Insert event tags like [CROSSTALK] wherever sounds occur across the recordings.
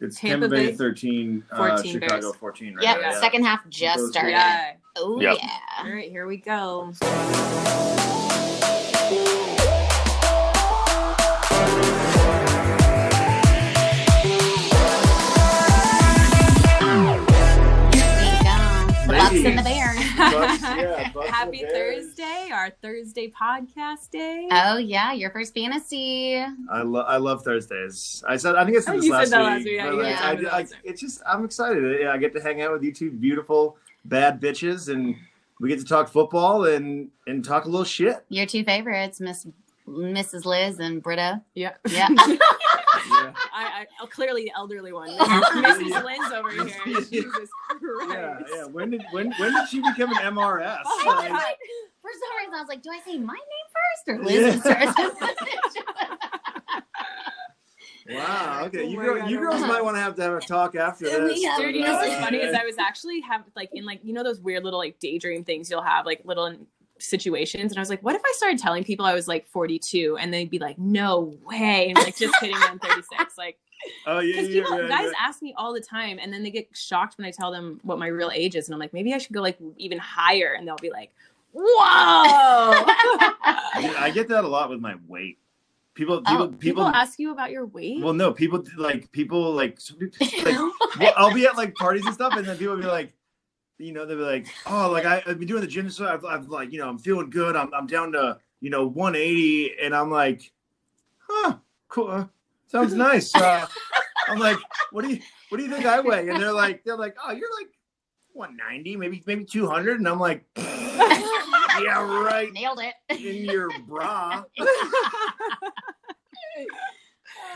It's Tampa Tampa Bay Bay, 13, uh, 14 Bears. Chicago 14 right Yep, now, yeah. second half just Those- started. Yeah. Oh Yep. yeah. All right, here we go. There you go. The Bucks and the Ladies. Bears. [LAUGHS] Bucks, yeah, Bucks and Happy Bears. Thursday, our Thursday podcast day. Oh yeah, your first fantasy. I, lo- I love Thursdays. I said I think I said Oh, this you last, said that week, last week, yeah, but, you like, said I, that I- last week. it's just I'm excited. Yeah, I get to hang out with you two beautiful bad bitches, and we get to talk football and and talk a little [LAUGHS] shit. Your two favorites, Miss Mrs. Liz and Britta. Yeah. [LAUGHS] Yeah. Yeah. I, I clearly the elderly [LAUGHS] one. Mrs. Liz [LAUGHS] over here. Jesus Christ. yeah, yeah. When did when when did she become an [LAUGHS] MRS? Oh I was Like, like- for some reason, I was like, do I say my name first or Liz first? wow. Okay, you, Oh my girl, God, you I girls don't know. might want to have to have a talk after We this. have- Dude, Dude, you know what's Yeah. funny is I was actually have like in like you know those weird little like daydream things you'll have like little situations and I was like, what if I started telling people I was like 42 and they'd be like, no way, and like just kidding, I'm 36. Like, [LAUGHS] Oh yeah, because yeah, people yeah, guys yeah. ask me all the time and then they get shocked when I tell them what my real age is and I'm like, maybe I should go like even higher and they'll be like, [LAUGHS] whoa. Dude, I get that a lot with my weight. People, people, Oh, people people. ask you about your weight. well, no, people like people like [LAUGHS] like well, I'll be at like parties and stuff, and then people will be like, you know, they'll be like, oh, like I, I've been doing the gym, so I've, I've like, you know, I'm feeling good. I'm, I'm down to, you know, 180, and I'm like, huh, cool, uh, sounds nice. Uh, I'm like, what do you, what do you think I weigh? And they're like, they're like, oh, you're like 190, maybe, maybe 200, and I'm like, [LAUGHS] yeah, right, [LAUGHS] Nailed it. in your bra.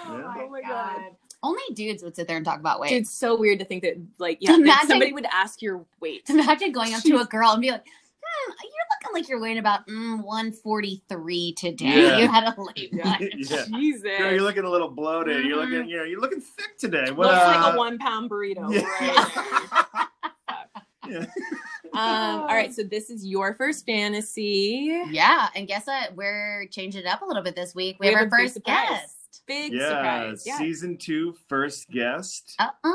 Oh my God. Only dudes would sit there and talk about weight. Dude, it's so weird to think that like yeah, that Imagine- somebody would ask your weight. [LAUGHS] Imagine going up to [LAUGHS] a girl and be like, hmm, you're looking like you're weighing about mm, 143 today. Yeah. You had a [LAUGHS] late Yeah. lunch. [LAUGHS] yeah. Jesus. Girl, you're looking a little bloated. You're looking, you know, you're looking thick today. What, Looks like uh, a one pound burrito. yeah. [LAUGHS] [LAUGHS] Right yeah. there. um, all right, so this is your first fantasy. Yeah, and guess what? We're changing it up a little bit this week. We, We have, have a our big first surprise. guest. Big yeah, surprise. Yeah. season two first guest. Uh uh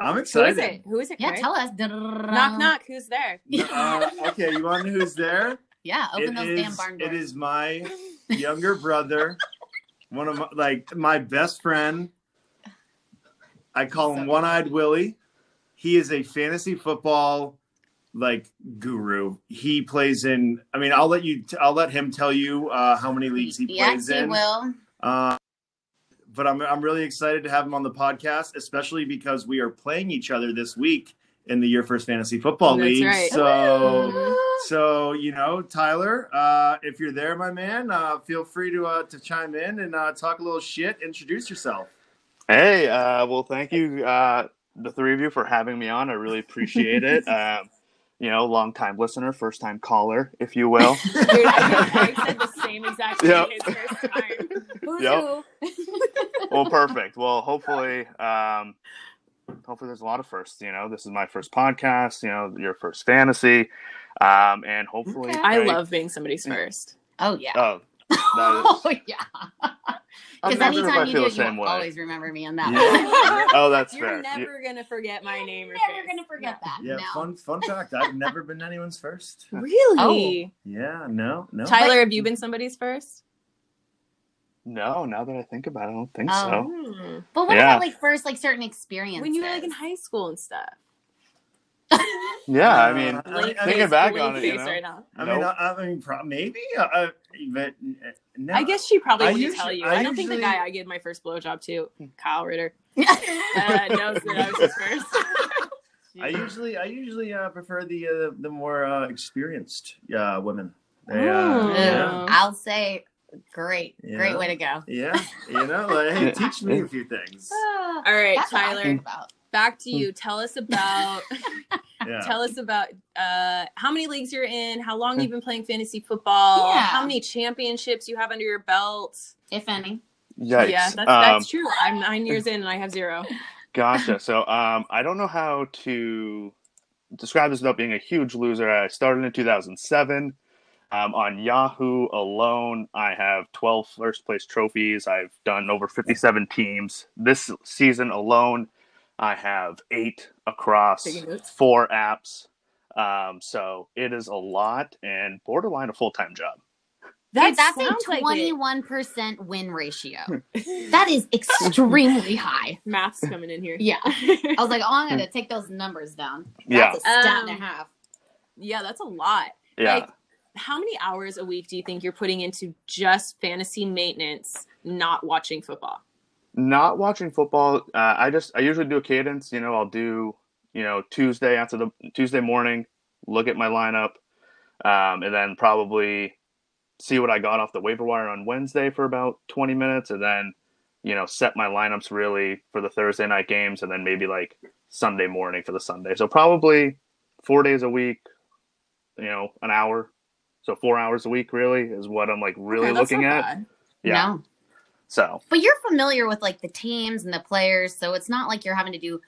I'm Who is excited. it? Who is it? Yeah, Craig? tell us. knock knock, who's there? N- uh, okay, you want to know who's there? Yeah, open It those damn is- barn doors. It is [LAUGHS] my younger brother, one of my, like my best friend. I call him One Eyed Willie. He is a fantasy football like guru. He plays in. I mean, I'll let you. T- I'll let him tell you uh, how many leagues he yes, plays you in. will. [LAUGHS] Uh, but I'm I'm really excited to have him on the podcast, especially because we are playing each other this week in the Your First Fantasy Football That's League. right. So Woo! so you know, Tyler, uh, if you're there, my man, uh, feel free to uh, to chime in and uh, talk a little shit. Introduce yourself. Hey, uh, well, thank you, uh, the three of you, for having me on. I really [LAUGHS] appreciate it. Um, you know, long time listener, first time caller, if you will. [LAUGHS] Dude, I think Craig said the same exact thing Yep. his first time. Who's Yep. who? well, perfect. Well, hopefully, um, hopefully, there's a lot of firsts. You know, this is my first podcast. You know, your first fantasy, um, and hopefully, Okay. I Craig- love being somebody's [LAUGHS] first. Oh, yeah. Oh, [LAUGHS] Oh, yeah. I'm Because not sure if I anytime you do feel it, the you same will way. always remember me on that Yeah. one. [LAUGHS] [LAUGHS] oh, that's You're fair. You- never gonna forget my name. or Never face. going to forget that. Yeah. Uh, no. Fun [LAUGHS] fun fact: I've never been anyone's first. Really? Yeah. No. No. Oh. Tyler, have you been somebody's first? no, now that I think about it, I don't think Oh. so. Hmm. But what Yeah. about like first, like certain experiences? When you were like in high school and stuff. Yeah, I mean, Oh. Uh, I mean, Thinking back on it, you face know? right now. I mean, I, Nope. I mean, pro- maybe. Uh, even, uh, no. I guess she probably I wouldn't usually- tell you. I I, don't think usually- the guy I gave my first blowjob to, Hmm. Kyle Ritter, [LAUGHS] yeah. uh, knows that I was his [LAUGHS] first. I usually I usually uh, prefer the uh, the more uh, experienced uh, women. They, uh, Oh. Mm. yeah, Yeah. I'll say, great, Yeah. great way to go. yeah, you know, like, hey, teach me a few [LAUGHS] things. All All right, That's what I Tyler, think about. back to you. Tell us about Yeah, tell us about uh, how many leagues you're in, how Hmm. long you've been playing fantasy football, Yeah. how many championships you have under your belt. If any. yikes. Yeah, that's, Um, that's true. I'm nine years in and I have [LAUGHS] zero. Gotcha. So um, I don't know how to describe this without being a huge loser. I started in 2007. Um, on Yahoo alone, I have 12 first place trophies. I've done over 57 teams. This season alone, I have eight across Taking notes. four apps. Um, so it is a lot and borderline a full time job. Dude, sounds that's a like it. twenty-one percent win ratio. Hmm. that is [LAUGHS] extremely high. [LAUGHS] Math's coming in here. Yeah, [LAUGHS] I was like, oh, I'm gonna take those numbers down. Hmm. Yeah. That's a stat and Um, a half. yeah, that's a lot. Yeah. Like, how many hours a week do you think you're putting into just fantasy maintenance, not watching football? not watching football uh, i just i usually do a cadence you know i'll do you know tuesday after the tuesday morning look at my lineup um, and then probably see what i got off the waiver wire on wednesday for about 20 minutes and then you know set my lineups really for the thursday night games and then maybe like sunday morning for the sunday so probably four days a week you know an hour so four hours a week really is what i'm like really Okay, that's looking not at bad. yeah No, so but you're familiar with like the teams and the players, so it's not like you're having to do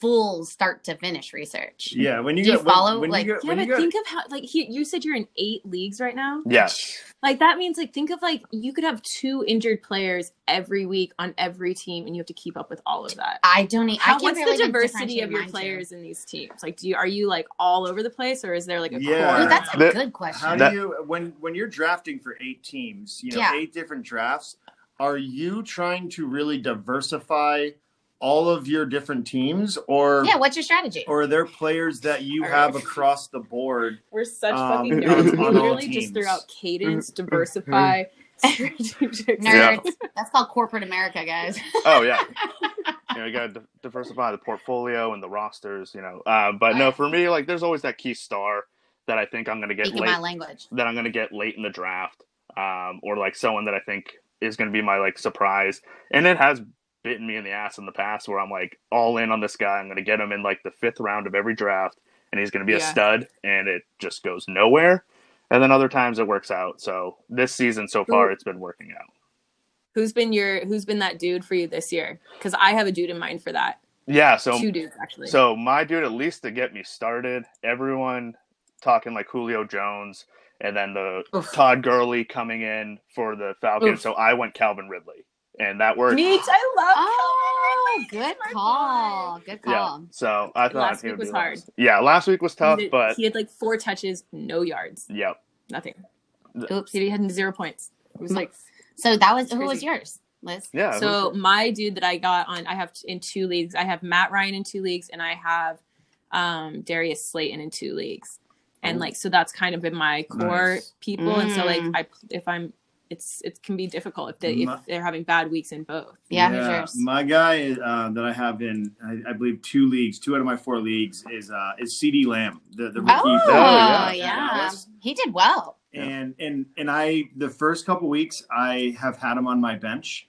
full start to finish research. Yeah, when you Do you get when- follow, when, like- you get, Yeah, when you but get- think of how like he, you said you're in eight leagues right now. yes Like that means like think of like you could have two injured players every week on every team, and you have to keep up with all of that. I don't. e- I How, can what's barely the even diversity differentiate of your mine two. players in these teams? Like, do you are you like all over the place, or is there like a Yeah. core? Ooh, that's a That- good how question. do That- you when when you're drafting for eight teams, you know, Yeah. eight different drafts, are you trying to really diversify all of your different teams or yeah, what's your strategy? or are there players that you Or- have across the board? We're such Um, [LAUGHS] fucking on- nerds. on We all literally teams. just threw out [LAUGHS] cadence, diversify. strategic- Nerds. That's called corporate America, guys. oh yeah you know you gotta di- diversify the portfolio and the rosters you know uh, but no for me like there's always that key star that i think i'm gonna get Speaking late my language. that i'm gonna get late in the draft um, or like someone that i think is gonna be my like surprise and it has bitten me in the ass in the past where i'm like all in on this guy i'm gonna get him in like the fifth round of every draft and he's gonna be a Yeah. stud and it just goes nowhere and then other times it works out so this season so far Who- it's been working out Who's been your Who's been that dude for you this year? Because I have a dude in mind for that. yeah so Two dudes actually. So my dude, at least to get me started, everyone talking like Julio Jones, and then the Oof. Todd Gurley coming in for the Falcons. Oof. So I went Calvin Ridley, and that worked. Neat. I love. Oh, good my call. Good Yeah. call. So I thought Last he week would was do hard. last. Yeah, last week was tough, he did- but he had like four touches, no yards, yep. nothing. Oops. He had zero points. It was like So that was who was Crazy. yours, Liz? Hmm. Yeah. it so. was- My dude that I got on, I have t- in two leagues. I have Matt Ryan in two leagues, and I have um Darius Slayton in two leagues. And Ooh. like, so that's kind of been my core Nice. people. And so like, Mm. I if I'm, it's it can be difficult if they My- Mm-hmm. if they're having bad weeks in both. Yeah, who's yours? my guy uh, that I have in I, I believe two leagues, two out of my four leagues is uh, is CD Lamb, the the rookie. Oh, from, uh, yeah. Dallas. He did well. Yeah. and and and I the first couple weeks I have had him on my bench,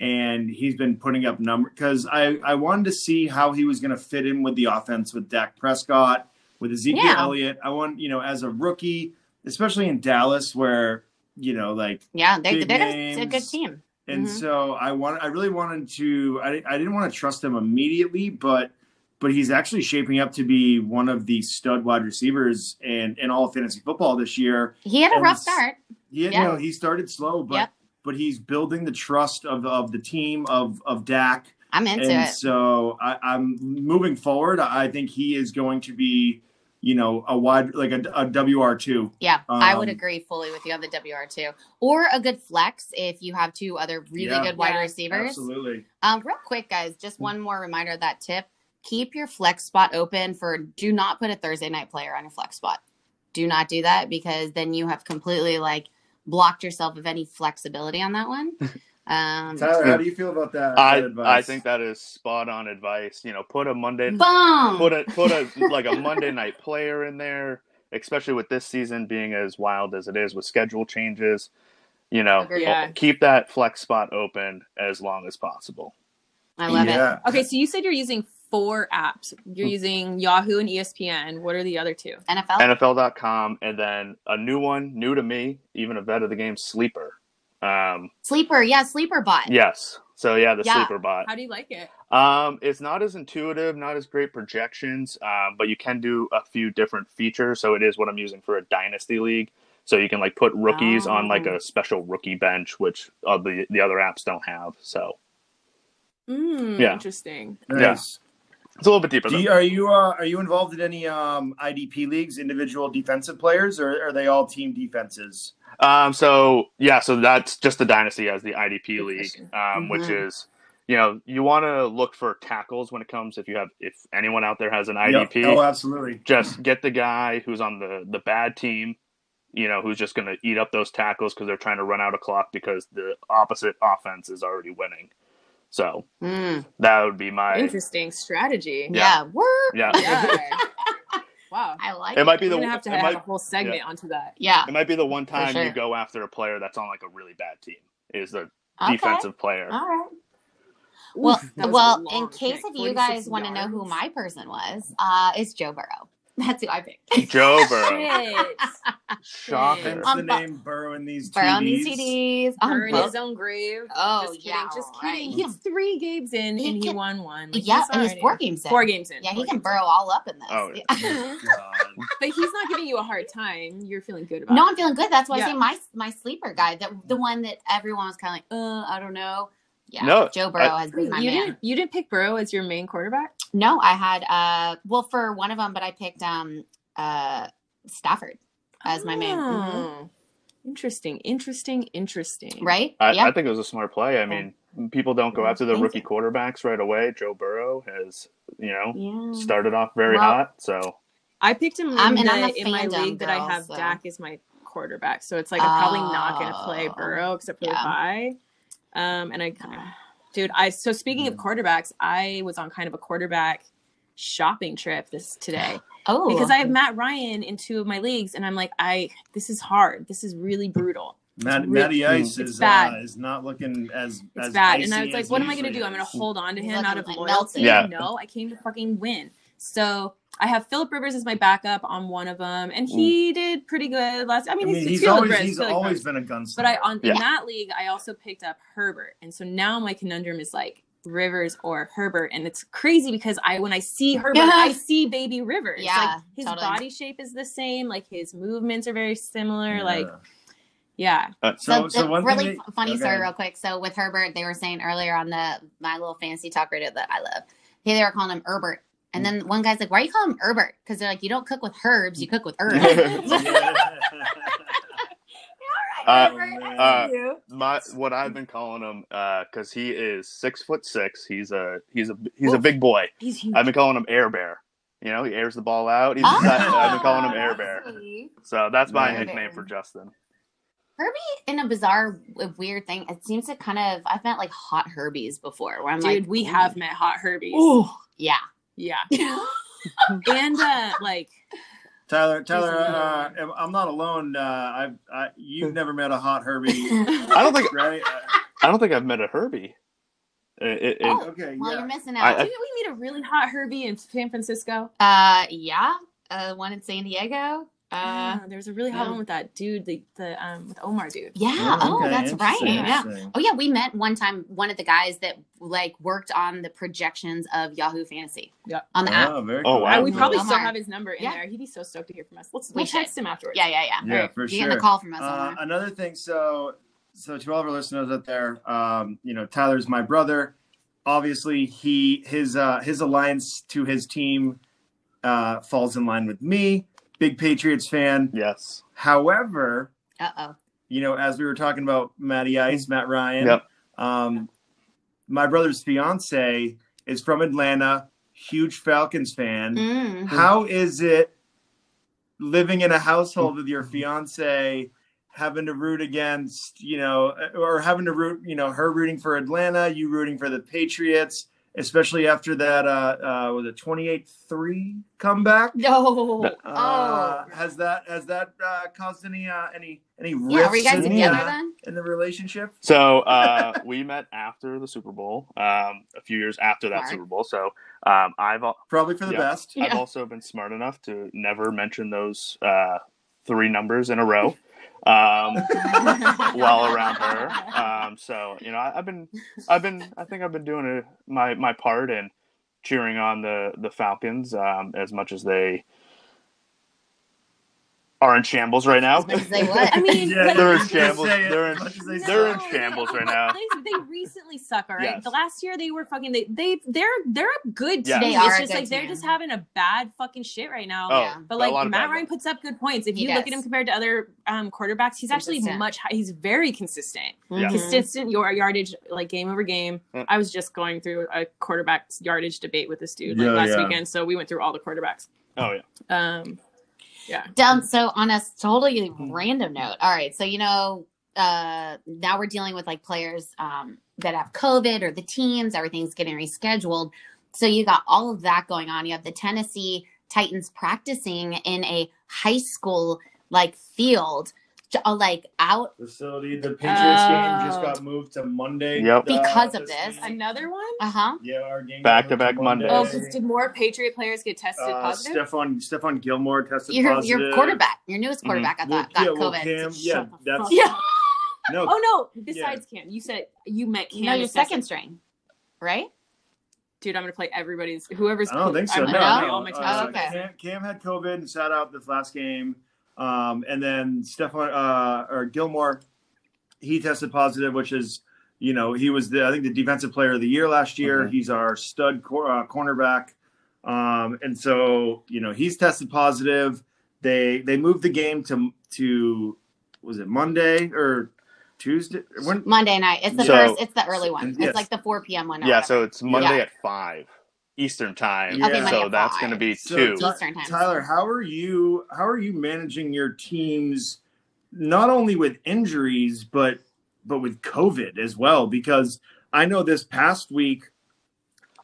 and he's been putting up number because I I wanted to see how he was going to fit in with the offense with Dak Prescott with Ezekiel Yeah. Elliott. I want you know as a rookie, especially in Dallas where you know like Yeah, they, Big they're gonna- it's a names. good team. and Mhm. so I want I really wanted to I, I didn't want to trust him immediately, but but he's actually shaping up to be one of the stud wide receivers in in all of fantasy football this year. He had a And rough s- start. Yeah, Yeah. no, he started slow, but Yep. but he's building the trust of of the team of of Dak, I'm into and it. so I, I'm moving forward. I think he is going to be, you know, a wide like a, a WR two. Yeah, I would Um, agree fully with you on the WR2 or a good flex if you have two other really Yeah. Mm. good wide Yeah, receivers. Absolutely. Um, real quick, guys, just one more reminder of that tip. Keep your flex spot open for do not put a Thursday night player on your flex spot. Do not do that because then you have completely like blocked yourself of any flexibility on [LAUGHS] that one. Um, Tyler, how do you feel about that? I that advice? I think that is spot on advice. You know, put a Monday Mm-hmm. put boom. a put [LAUGHS] a like a Monday night player in there, especially with this season being as wild as it is with schedule changes. You know, Agreed. Yeah. keep that flex spot open as long as possible. I love it. yeah. Okay, so you said you're using four apps. You're Hmm. using Yahoo and E ESPN. What are the other two? NFL. NFL.com and then a new one, new to me, even a vet of the game, Sleeper. Um, Sleeper, yeah, sleeper bot. yes. So yeah, the Yeah. Sleeper bot. How do you like it? Um, it's not as intuitive, not as great projections, um, but you can do a few different features. So it is what I'm using for a dynasty league. So you can like put rookies on like Oh. a special rookie bench, which uh, the the other apps don't have. So Mm, Yeah. Interesting. Nice. it's a little bit deeper. Do than you, are you uh, are you involved in any um, IDP leagues, individual defensive players, or are they all team defenses? Um, so yeah, so that's just the dynasty as the IDP Good league, question. um, which Mhm. is you know you want to look for tackles when it comes if you have if anyone out there has an Yeah. IDP, Oh, absolutely. just get the guy who's on the the bad team, you know, who's just going to eat up those tackles because they're trying to run out of clock because the opposite offense is already winning. So Mm, that would be my Interesting strategy. yeah. Yeah. Word. [LAUGHS] yeah. Yeah. wow. I like It might be We're the gonna have to it have might- a whole segment onto that. Yeah. it might be the one time you sure. go after a player that's on like a really bad team is the Okay. defensive player. All right. Oof, Well, that was a well, in long case pick. if you 46 guys want to know who yards. my person was, uh, it's Joe [LAUGHS] Burrow. That's who I picked. Joe [LAUGHS] Burrow, Shit. shocker. Shit. Hence the Um, but- name Burrow and these Burrow TDs. on these CDs. on Burn both. his own grave. Oh, just kidding. yeah, just kidding. right. He's three games in [LAUGHS] He and he can- won one. Like, yeah, he's and he's already- four games in. Four games in. Yeah, four he can games burrow all up in this. Oh, yeah. Yeah. God. in. [LAUGHS] But he's not giving you a hard time. You're feeling good about no, it. I'm feeling good. That's why Yeah. I say my my sleeper guy, that the one that everyone was kind of like, uh, I don't know. Yeah, No, Joe Burrow has been my you man. didn't. You didn't pick Burrow as your main quarterback. No, I had uh, well for one of them, but I picked um uh Stafford as my man. Mhm. Oh. Interesting. Interesting. Interesting. Right? I, yeah. I think it was a smart play. I mean, people don't go Yeah, after the thank rookie you. quarterbacks right away. Joe Burrow has, you know, yeah. started off very Mm-hmm. Well- hot. So I picked him I'm- in, and the, I'm a in my fandom league that I girl, have so- Dak as my quarterback. So it's like I'm probably not going to play Oh, Burrow except for the yeah. bye. Um, and I, dude, I so speaking Hmm. of quarterbacks, I was on kind of a quarterback shopping trip this today Oh because I have Matt Ryan in two of my leagues, and I'm like, I this is hard. This is really brutal. Matt, It's Matty really- Ice it's is bad. uh, is not looking as It's as bad. And I icy was like, as what am I he going to do? I'm usually going to is. hold on to He's him looking out of like loyalty. melted. Yeah. No, I came to fucking win. So I have Philip Rivers as my backup on one of them, and he did pretty good last. I I mean, mean, he's, he's Philip always Rivers. he's Philip always Rivers. been a gunslinger. But I on Yeah. in that league, I also picked up Herbert, and so now my conundrum is like Rivers or Herbert, and it's crazy because I when I see Herbert, Yeah. I [LAUGHS] see baby Rivers. Yeah, like his totally. body shape is the same, like his movements are very similar. Yeah. Like, yeah, so So, so the one really thing fu- Oh, funny okay. story, real quick. So with Herbert, they were saying earlier on the my little fantasy talk radio that I love. Hey, they were calling him Herbert, and then one guy's like, "Why you call him Herbert?" Because they're like, "You don't cook with herbs, you cook [LAUGHS] with [LAUGHS] herbs." [LAUGHS] that- Yeah. [LAUGHS] Oh, Uh, Herbert, I uh, see my what I've been calling him because he is six foot six. He's a he's a he's a big boy. he's huge. I've been calling him Air Bear. You know, he airs the ball out. He's Ah. I've been [LAUGHS] calling him Air Bear. see. So that's my Nice. nickname for Justin. Herbie, in a bizarre, w- weird thing, it seems to kind of. I've met like hot Herbies before, where I'm Dude, like, we "Ooh, have met hot Herbies. Ooh, yeah. Yeah, and uh, [LAUGHS] like Tyler, Tyler, He's uh, another I'm not alone. Uh, I've I, you've never met a hot [LAUGHS] Herbie, Hmm. Oh, I don't think right? Uh, I don't think I've met a Herbie. It- it- it- Oh, okay, well, yeah. you're missing I- out. didn't we meet a really hot Herbie in San Francisco? uh, yeah, uh, one in San Diego. Uh, yeah, there was a really hot yeah. one with that dude, the the um with Omar dude. yeah. Okay, oh, that's right. interesting, Yeah. interesting. Oh yeah, we met one time. One of the guys that like worked on the projections of Yahoo Fantasy. Yeah. On the app. Oh, very Oh, cool. wow. I would Uh, probably Omar. still have his number in Yeah. there. He'd be so stoked to hear from us. Let's We we text him afterwards. Yeah, yeah, yeah. Yeah, All for You're getting sure. a call from us. Uh, Omar. another thing, so so to all of our listeners out there, um, you know, Tyler's my brother. Obviously, he his uh, his alliance to his team uh, falls in line with me, big Patriots fan. yes. However, Uh oh. you know, as we were talking about Matty Ice, Matt Ryan, Yep. um, my brother's fiance is from Atlanta, huge Falcons fan. [LAUGHS] Mm. How is it living in a household Mm-hmm. with your fiance, having to root against, you know, or having to root, you know, her rooting for Atlanta, you rooting for the Patriots, especially after that, uh, uh, was it 28 3 comeback? No. Uh, oh. has that has that uh, caused any uh, any any rifts Yeah. Are we guys in, together the, uh, then? in the relationship? So uh, we met after the Super Bowl, um, a few years after that Smart. Super Bowl. So um, I've al- Probably for the Yeah. best. I've Yeah. also been smart enough to never mention those uh, three numbers in [LAUGHS] a row um, [LAUGHS] while around [LAUGHS] her. Um, so you know, I, I've been, I've been, I think I've been doing a, my my part in cheering on the the Falcons um, as much as they are in shambles right now. As much as they would. I [LAUGHS] mean, Yeah, like- [LAUGHS] [LAUGHS] they're in Just shambles. say it They're in, as much as they they're in suck. shambles no, [LAUGHS] right now. They, they recently suck, all right. Yes. The last year they were fucking they they they're they're a good Yeah. They team. are it's a just good like they're team. just having a bad fucking shit right now. Oh, Yeah. But a like lot of Matt bad Ryan puts up good points. If He you look at does. him compared to other um, quarterbacks, he's actually Consistent. much. High, he's very consistent, Mhm. Yeah. consistent your yardage like game over game. Mm. I was just going through a quarterback yardage debate with this dude like Yeah, last yeah. weekend, so we went through all the quarterbacks. Oh yeah. Um, Down. So on a totally Hmm. random note. All right. So you know, uh, now we're dealing with like players um, that have COVID or the teams. Everything's getting rescheduled. So you got all of that going on. You have the Tennessee Titans practicing in a high school like field, j- uh, like out Facility. The Patriots Oh. game just got moved to Monday. uh, Yep. Because of this. week. another one. Uh huh. Yeah, our game Back-to-back got moved Mondays. to Oh, Oh, because did more Patriot players get tested uh, positive? Stefan Stefan Gilmore tested Your positive. your quarterback, your newest quarterback, Mm-hmm. Well, I thought, yeah, got well, COVID. Cam- Shut yeah, the that's- fuck yeah. No, [LAUGHS] Oh no. Besides Cam, you said you met Cam. No, your as best- second string, right? Dude, I'm gonna play everybody's whoever's. I don't think so. I'm No, gonna play no. all my time. Uh, Oh, okay. Cam, Cam had COVID and sat out this last game, um, and then Stefan uh, or Gilmore, he tested positive, which is you know he was the I think the defensive player of the year last year. Mhm. He's our stud cor- uh, cornerback, um, and so you know he's tested positive. They they moved the game to to was it Monday or Tuesday? When Monday night. It's the So- first. It's the early one. Yes. It's like the four p.m. one. or yeah. whatever. So it's Monday Yeah. at five Eastern time. Okay, Monday so at that's five. going to be So two. Ty- Eastern time. Tyler, how are you? How are you managing your teams, not only with injuries but but with COVID as well? Because I know this past week,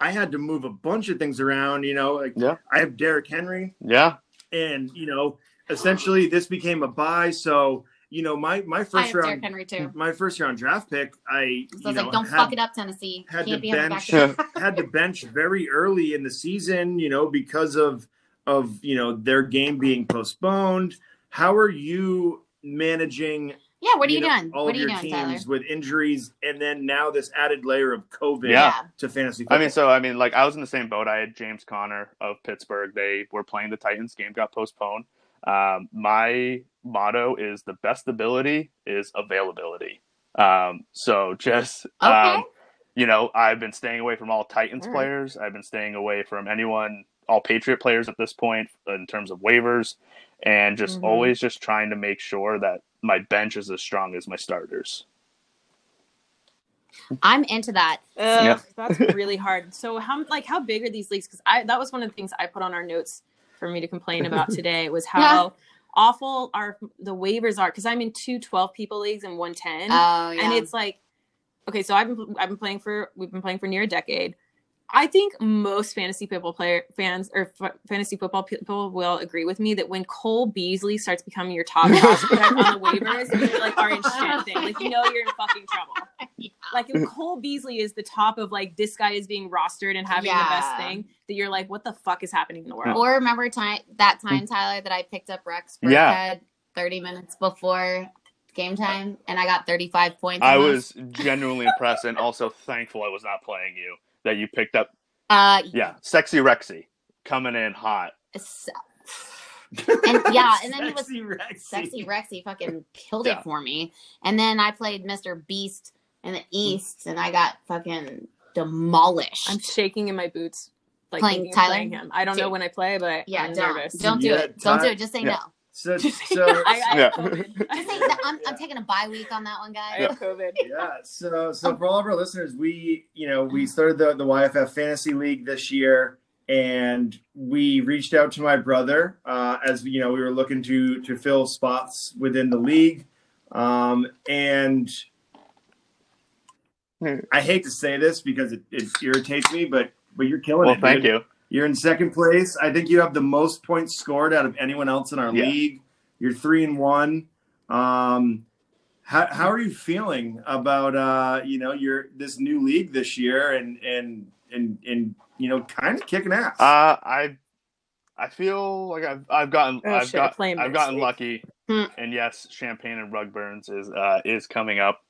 I had to move a bunch of things around. You know, like Yeah. I have Derrick Henry, yeah. and you know, essentially this became a buy. So you know, my my I first have Derrick round, Henry too. my first round draft pick, I So I you was know like, don't had- fuck it up, Tennessee. had Can't to be having bench- back to [LAUGHS] back. had to bench very early in the season, you know, because of of you know their game being postponed. How are you managing? Yeah, what are you, know, doing? All What of are you your doing, teams Tyler? with injuries, and then now this added layer of COVID Yeah. to fantasy. Football. I mean, so I mean, like I was in the same boat. I had James Conner of Pittsburgh. They were playing the Titans. Game got postponed. Um, my motto is the best ability is availability. Um, so just Okay. um, you know, I've been staying away from all Titans All right. players. I've been staying away from anyone, all Patriot players at this point in terms of waivers, and just Mhm. always just trying to make sure that my bench is as strong as my starters. I'm into that. Ugh, that's really hard. So how like how big are these leagues? Because I that was one of the things I put on our notes for me to complain about today was how Yeah. awful our the waivers are. Because I'm in two 12 people leagues and one ten, Oh yeah. and it's like okay. So I've been I've been playing for we've been playing for near a decade. I think most fantasy football player fans or f- fantasy football people will agree with me that when Cole Beasley starts becoming your [LAUGHS] top prospect on the waivers, you're like are in shit thing. Like you know you're in fucking trouble like if Cole Beasley is the top of like this guy is being rostered and having the best Yeah. thing that you're like, what the fuck is happening in the world? or remember time that time, Tyler, that I picked up Rex Burkhead Yeah. 30 minutes before game time, and I got 35 points. I almost? was genuinely impressed and also thankful I was not playing you. That you picked up, Uh, yeah, sexy Rexy coming in hot. so- and yeah, and then he [LAUGHS] was Sexy Rexy. sexy Rexy fucking killed Yeah. it for me. And then I played Mr. Beast in the East, and I got fucking demolished. I'm shaking in my boots, like Playing thinking of Tyler? playing him. I don't know Dude. when I play, but yeah, I'm don't nervous. don't do Yeah, it. Don't Ty- do it. Just say Yeah. no. [LAUGHS] So, so I, I Yeah. have COVID. Just say that I'm, I'm taking a bye week on that one, I guy. have COVID. Oh, yeah so so for all of our listeners we you know we started the, the yff fantasy league this year and we reached out to my brother uh, as you know we were looking to to fill spots within the league um, and i hate to say this because it, it irritates me but but you're killing Well, it thank dude. you. you're in second place i think you have the most points scored out of anyone else in our Yeah. league you're three and one um, how, how are you feeling about uh you know your this new league this year and and and and you know kind of kicking ass [LAUGHS] Uh, I I feel like I've I've gotten Oh, I've shit, got play him I've next gotten week. lucky. Hmm. And yes, Champagne and Rugburns is uh is coming up.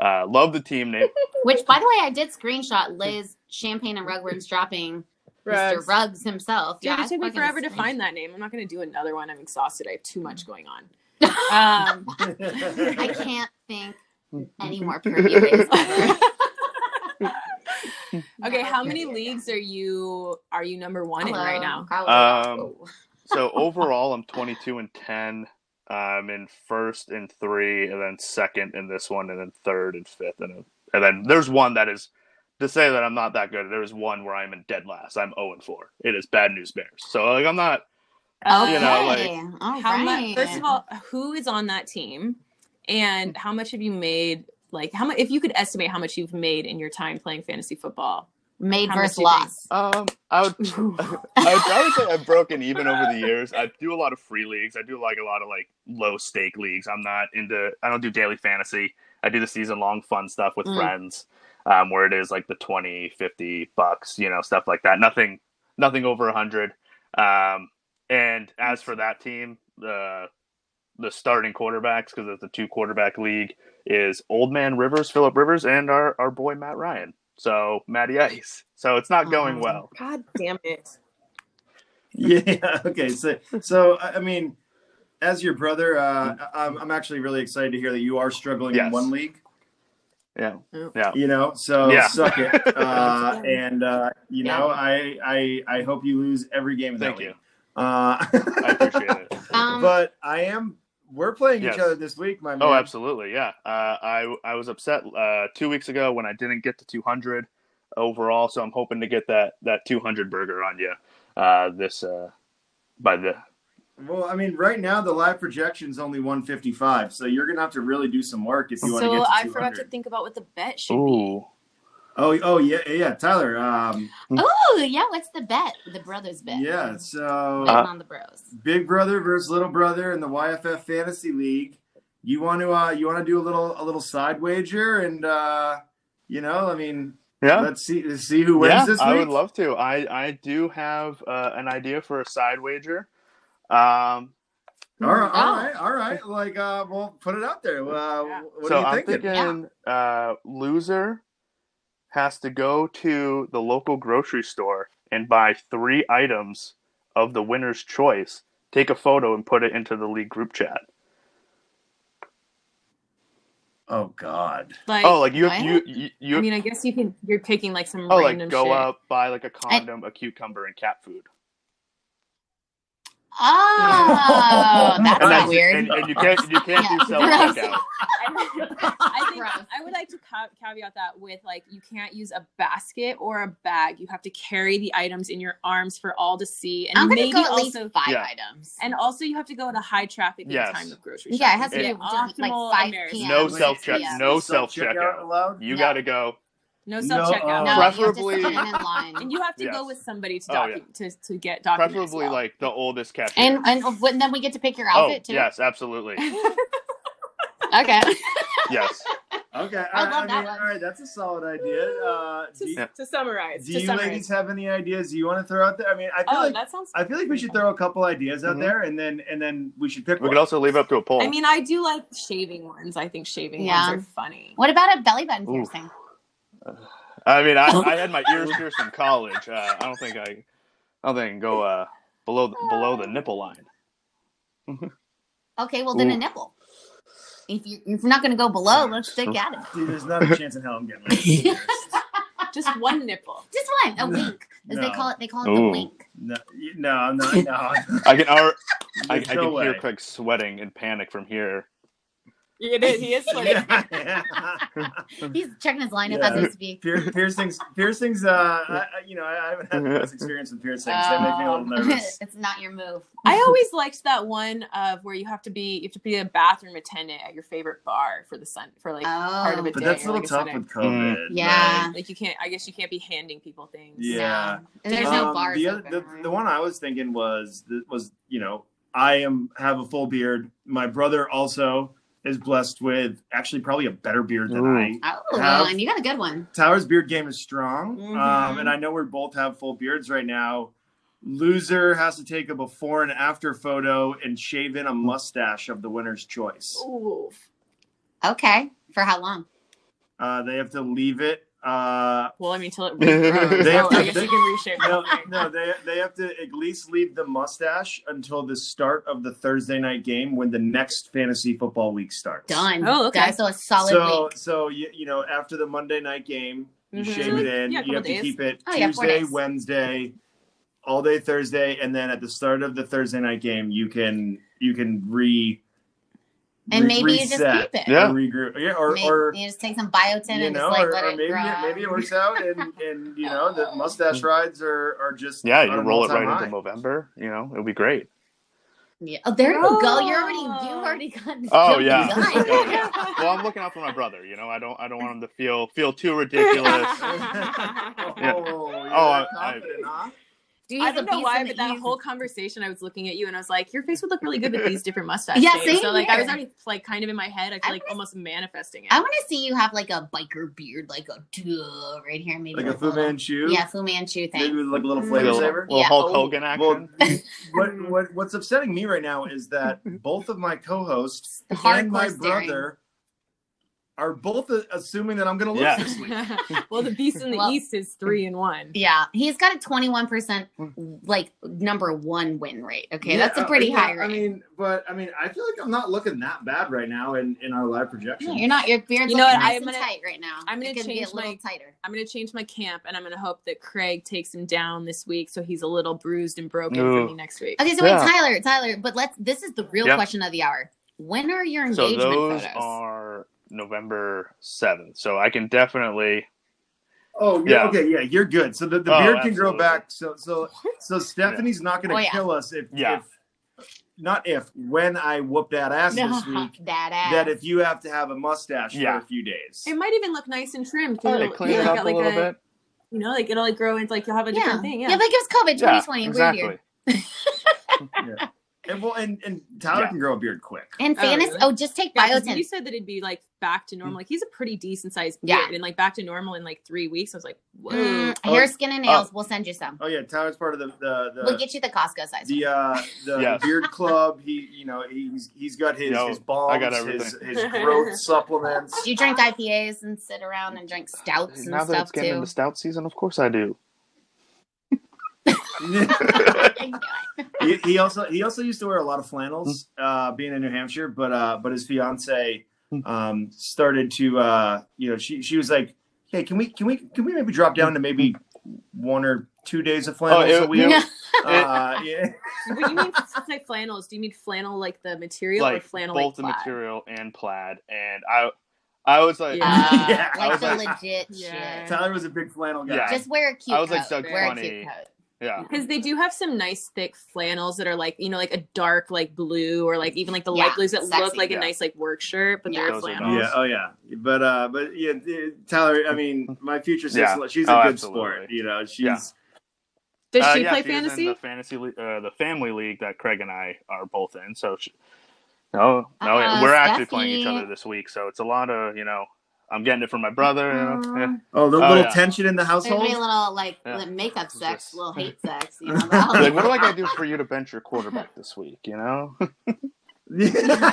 Uh, love the team name. Which, by the way, I did screenshot Liz Champagne and Rugworms dropping Mr. Ruggs himself. Dude, yeah, it took me fucking forever to strange. find that name. I'm not going to do another one. I'm exhausted. I have too much going [LAUGHS] on. Um, I can't [LAUGHS] think any more pervy ways. [LAUGHS] ever. [LAUGHS] okay, No, how many period. leagues are you are you number one in Hello, right now? Um, hello. so overall, I'm 22 and 10. I'm in first in three, and then second in this one, and then third and fifth, and and then there's one that is to say that I'm not that good. There is one where I'm in dead last. I'm 0 and 4. It is bad news bears. So like I'm not. Uh, okay. You know, like- all how right. much? First of all, who is on that team, and how much have you made? Like how much? If you could estimate how much you've made in your time playing fantasy [LAUGHS] football, made how versus much do you loss. Um, I would Ooh. I would, I would say I've broken even over [LAUGHS] the years. I do a lot of free leagues. I do like a lot of like low stake leagues. I'm not into. I don't do daily fantasy. I do the season long fun stuff with Mm. friends, um, where it is like the 20, 50 bucks, you know, stuff like that. Nothing, nothing over a hundred. Um, and as for that team, the the starting quarterbacks because it's a two quarterback league is Old Man Rivers, Philip Rivers, and our our boy Matt Ryan. So Matty Ice. So it's not going Oh. well. God damn it! yeah [LAUGHS] okay [LAUGHS] so so i I mean as your brother uh I- i'm, I'm actually really excited to hear that you are struggling in Yes. one league Yeah. Oh. you know so [LAUGHS] Yeah. suck [LAUGHS] it uh and uh you Yeah. know i i i hope you lose every game in that Thank you. league. uh I appreciate it. Um, [LAUGHS] but i am we're playing Yes. each other this week my man Oh, absolutely, yeah. Uh, I I was upset uh, two weeks ago when I didn't get to 200 overall, so I'm hoping to get that that 200 burger on you uh, this uh, by the. well i mean right now the live projection's only 155 so you're gonna have to really do some work if you want to So get to I 200. forgot to think about what the bet should be. Ooh, oh oh yeah yeah tyler um oh yeah, what's the bet? The brothers bet. yeah uh, so Uh, Betting on the bros. Big Brother versus Little Brother in the YFF Fantasy League. You want to uh, you want to do a little a little side wager and uh, you know I mean yeah, let's see let's see who wins yeah. this week. I would love to. I I do have uh, an idea for a side wager. Um, all right, all Oh. right, all right. Like uh, well, put it out there. Uh, Yeah. What so are you I'm thinking? thinking, uh, loser has to go to the local grocery store and buy three items of the winner's choice, take a photo, and put it into the league group chat. Oh God. Like, Oh, like you, what? you, you, you I mean, I guess you can. You're picking like some oh, random like go shit. up, buy like a condom, a cucumber, and cat food, Oh, [LAUGHS] that's And not that's- weird. [LAUGHS] And, and you can't, you can't Yeah. do self checkout. [LAUGHS] I think Gross. I would like to ca- caveat that with like you can't use a basket or a bag. You have to carry the items in your arms for all to see, and I'm gonna maybe go at also least five Yeah. items. and also you have to go at a high traffic and Yes. time of grocery shopping. yeah, it has to It- be optimal like five American. p.m. No Wait, self check, is Yeah. no this self self-checkout checkout. allowed. You No. got to go. No No, self checkout. uh, No, Preferably- you have to stand in [LAUGHS] line. and you have to go Yes. with somebody to Oh, yeah. docu- to, to get documents. Preferably well. like the oldest cashier. And and when- then we get to pick your oh, outfit too. yes, absolutely, [LAUGHS] Okay. yes. Okay, all right, I love that mean, one. all right, that's a solid idea. Uh, do to, you, to summarize. do to you summarize. ladies have any ideas you want to throw out there? I mean, I feel oh, like that sounds. I feel like we should throw a couple ideas out Mhm. there, and then and then we should pick. We one. could also leave it up to a poll. I mean, I do like shaving ones. I think shaving Yeah. ones are funny. What about a belly button Ooh. piercing? I mean, I, I had [LAUGHS] my ears pierced in college. Uh, I don't think I, I don't think I can go uh, below the, below the nipple line. Okay, well then Ooh. a nipple. If you if you're not gonna go below, let's stick at it. Dude, there's not a chance in hell I'm getting [LAUGHS] [LAUGHS] it. Just one nipple. Just one, a wink. As they No. call it, they call it the Ooh. wink. no, you- no, I'm not. No, I can, ar- I, I there's can no hear way. Craig sweating in panic from here. It [LAUGHS] is. He is flirting. Yeah. He's checking his lineup as Yeah. we [LAUGHS] speak. Pier- piercings, piercings. Uh, I, I- you know, I, I haven't had the best experience with piercings. [LAUGHS] they make me Um, a little nervous. Oh. [LAUGHS] it's not your move. [LAUGHS] I [LAUGHS] always liked that one of where you have to be you have to be a bathroom attendant at your favorite bar for the sun for like part of Oh. it. But that's a Dang, little like I tough said, Mm. with COVID. Yeah. right? like you can't I guess you can't be handing people things. Yeah. No. There's no Um, bars. The, other, open, the, right? the one I was thinking was th- was you know I am have a full beard. My brother also is blessed with actually probably a better beard than Ooh. I Oh, have- and you got a good one. Tower's beard game is strong, um, Mhm. and I know we both have full beards right now. Loser has to take a before and after photo and shave in a mustache of the winner's choice. Ooh. Okay. For how long? Uh, they have to leave it Uh, Well, I mean, [LAUGHS] till it regrows. They oh, have to- I guess they- you can reshape. [LAUGHS] no, it. no, they they have to at least leave the mustache until the start of the Thursday night game when the next fantasy football week starts. Done. Oh, okay. Done. So a solid so week. so you, you know after the Monday night game, you Mhm. shave it in. Yeah, a you have couple to days. keep it Oh, yeah, four Tuesday, days. Wednesday, all day Thursday, and then at the start of the Thursday night game, you can you can re And re- maybe you just reset keep it. or Yeah. regroup. Yeah, or Maybe or you just take some biotin you and know, just like or, let or it maybe grow. it, maybe it works out, [LAUGHS] and and you know the mustache rides are are just Oh. Yeah, on you an roll it all-time right high. into November. You know, it'll be great. Yeah. Oh, there you go. You're already you Oh. already got. jumped Oh, the yeah. gun. [LAUGHS] Oh, yeah. Well, I'm looking out for my brother. You know, I don't I don't want him to feel feel [LAUGHS] too ridiculous. [LAUGHS] oh, Yeah. you're Oh, I- confident, huh? Do you I have don't a know piece why, in but that that you- whole conversation, I was looking at you and I was like, "Your face would look really good with these different mustaches." Yeah, same So like, I was here. already like kind of in my head. I I feel like almost manifesting it. I want to see you have like a biker beard, like a duh, right here, maybe Like a Fu little- Manchu. Yeah, Fu Manchu Maybe thing. with like a little Mm. flavor little, saver. little Yeah. Hulk Oh. Hogan action. Well, what, [LAUGHS] what what's upsetting me right now is that both of my co-hosts Hardcore and my staring. brother are both uh, assuming that I'm going to lose Yeah. this week. well, the Beast in the Well- East is three and one. Yeah, he's got a 21% like number one win rate. [LAUGHS] Okay, Hmm. Yeah, that's a uh, pretty yeah, high rate. I mean, but I mean, I feel like I'm not looking that bad right now in in our live No, projection. you're not. Your beard's You know looking what, nice I'm and gonna- tight right now. I'm gonna It could be a change little my- tighter. I'm gonna change my camp, and I'm gonna hope that Craig takes him down this week, so he's a little bruised and broken for Ooh. me next week. Okay, so wait, Yeah. Tyler, Tyler, but let's. This is the real Yep. question of the hour. When are your so engagement those photos? are November seventh. So I can definitely Oh, yeah, Yeah. okay, yeah, you're good. So the, the Oh, beard can grow absolutely. back. So so so Stephanie's not going to Oh, yeah. kill us if, Yeah. if not if when I whoop that ass [LAUGHS] this week. that ass. That if you have to have a mustache Yeah. for a few days. It might even look nice and trimmed. 'cause it it'll- cleans yeah, up got a little like bit. You know, like it'll like grow into like you'll have a yeah. different thing. Yeah. yeah, that gives COVID 2020 yeah, weird exactly. year. And well, and and Tyler Yeah. can grow a beard quick. And Oh, fantasy. really? Oh, just take Yeah, 'cause biotin. Mm. you said that it'd be like back to normal. Like he's a pretty decent sized Yeah. beard, and like back to normal in like three weeks. I was like, whoa. Mm, Oh. hair, skin, and nails. We'll send you some. Oh yeah, Tyler's part of the the Uh, the, we'll get you the Costco size. the uh the [LAUGHS] Yes. beard club. He you know he's he's got his Yo, his balms, I got his everything. his growth [LAUGHS] supplements. Do you drink IPAs and sit around and drink stouts and Now that stuff it's getting too? into stout season, of course I do. [LAUGHS] he, he also he also used to wear a lot of flannels, Hmm. uh, being in New Hampshire. But uh, but his fiance um, started to uh, you know she she was like, hey, can we can we can we maybe drop down to maybe one or two days of flannels Oh, it- a week? it- uh, yeah. what do you mean? [LAUGHS] Like flannels? Do you mean flannel like the material or like flannel both the like plaid? material and plaid, and I, I was [LAUGHS] like, Yeah. Uh, Yeah. I Like was the like- legit Yeah. [LAUGHS] shit. Tyler was a big flannel guy. Yeah. Just wear a cute I was like coat. Doug wear a Funny. cute coat. yeah, Because they do have some nice thick flannels that are like you know like a dark like blue or like even like the Yeah, light blues that sexy. look like Yeah. a nice like work shirt, but Yeah. they're Those are flannels. Yeah, oh yeah, but uh, but yeah, th- Tyler. I mean, my future sister, Yeah. she's a Oh, good sport. absolutely. You know, she's Yeah. Does Uh, she yeah, play was in fantasy? the fantasy, le- uh, the family league that Craig and I are both in. So, she, no, no, Uh, Uh-oh, we're actually playing Steffi. each other this week. So it's a lot of you know, I'm getting it from my brother. you know, [LAUGHS] yeah. oh, the Oh, little yeah. tension in the There's household. gonna be [LAUGHS] a little like Yeah. little makeup sex, Just- little [LAUGHS] hate sex. You know, but I'll- Like, what do I got to do for you to bench your quarterback this week? You know? [LAUGHS] [LAUGHS]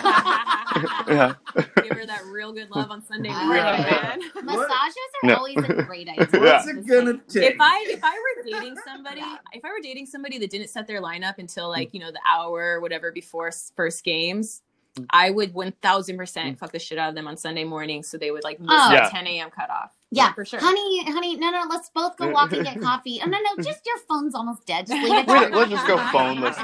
yeah. Give her that real good love on Sunday Yeah. morning, man. [LAUGHS] massages are Yeah. always [LAUGHS] a great idea. Yeah. What's it gonna take? If I if I were dating somebody, if I were dating somebody that didn't set their lineup until like you know the hour or whatever before s- first games, I would one thousand percent fuck the shit out of them on Sunday morning so they would like miss Oh. the Yeah. ten a.m. cutoff. Yeah, for sure. honey, honey, no, no, let's both go walk and [LAUGHS] get coffee. Oh no, no, just your phone's almost dead. Just leave it. [LAUGHS] We, there. let's just go phoneless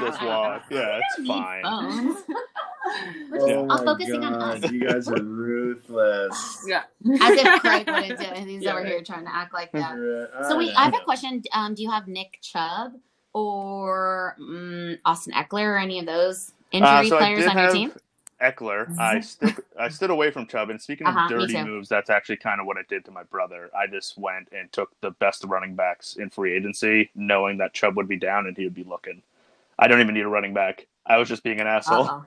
[LAUGHS] this walk. Yeah, it's fine. Phones. oh Yeah. my I'm focusing on God, you guys are [LAUGHS] ruthless. Yeah. As if Craig wouldn't do it. He's Yeah, over right. here trying to act like that. You're, uh, So wait, alright. I have a question. Um, do you have Nick Chubb or mm, Austin Eckler or any of those injury Uh, so I players did on your have team? Eckler. Mm-hmm. I stood I stood away from Chubb. And speaking Uh-huh, of me dirty too. moves, that's actually kind of what I did to my brother. I just went and took the best running backs in free agency, knowing that Chubb would be down and he would be looking. I don't even need a running back. I was just being an asshole. Uh-huh.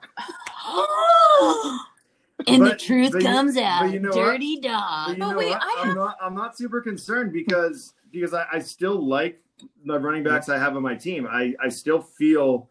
Uh-oh. [GASPS] and the But- truth but you- comes but out. you know what? Dirty But dog. you Oh, know wait, what? I I'm not. I'm not super concerned because because I, I still like the running backs I have on my team. I I still feel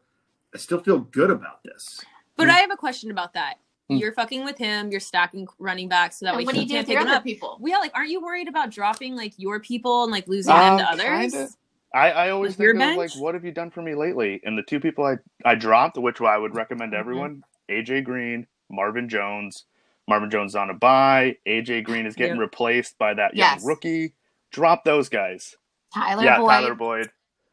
I still feel good about this. But I have a question about that. Hmm. You're fucking with him. You're stacking running backs so that way And what do he you do can't with pick your them other up. people? We all like, aren't you worried about dropping like your people and like losing them Um, to others? kinda. I, I always Like your think of bench? like what have you done for me lately? And the two people I, I dropped, which I would recommend to Mhm. everyone, AJ Green, Marvin Jones. Marvin Jones is on a bye. AJ Green is getting Yeah. replaced by that Yes. young rookie. Drop those guys. Tyler yeah, Boyd. Tyler Boyd.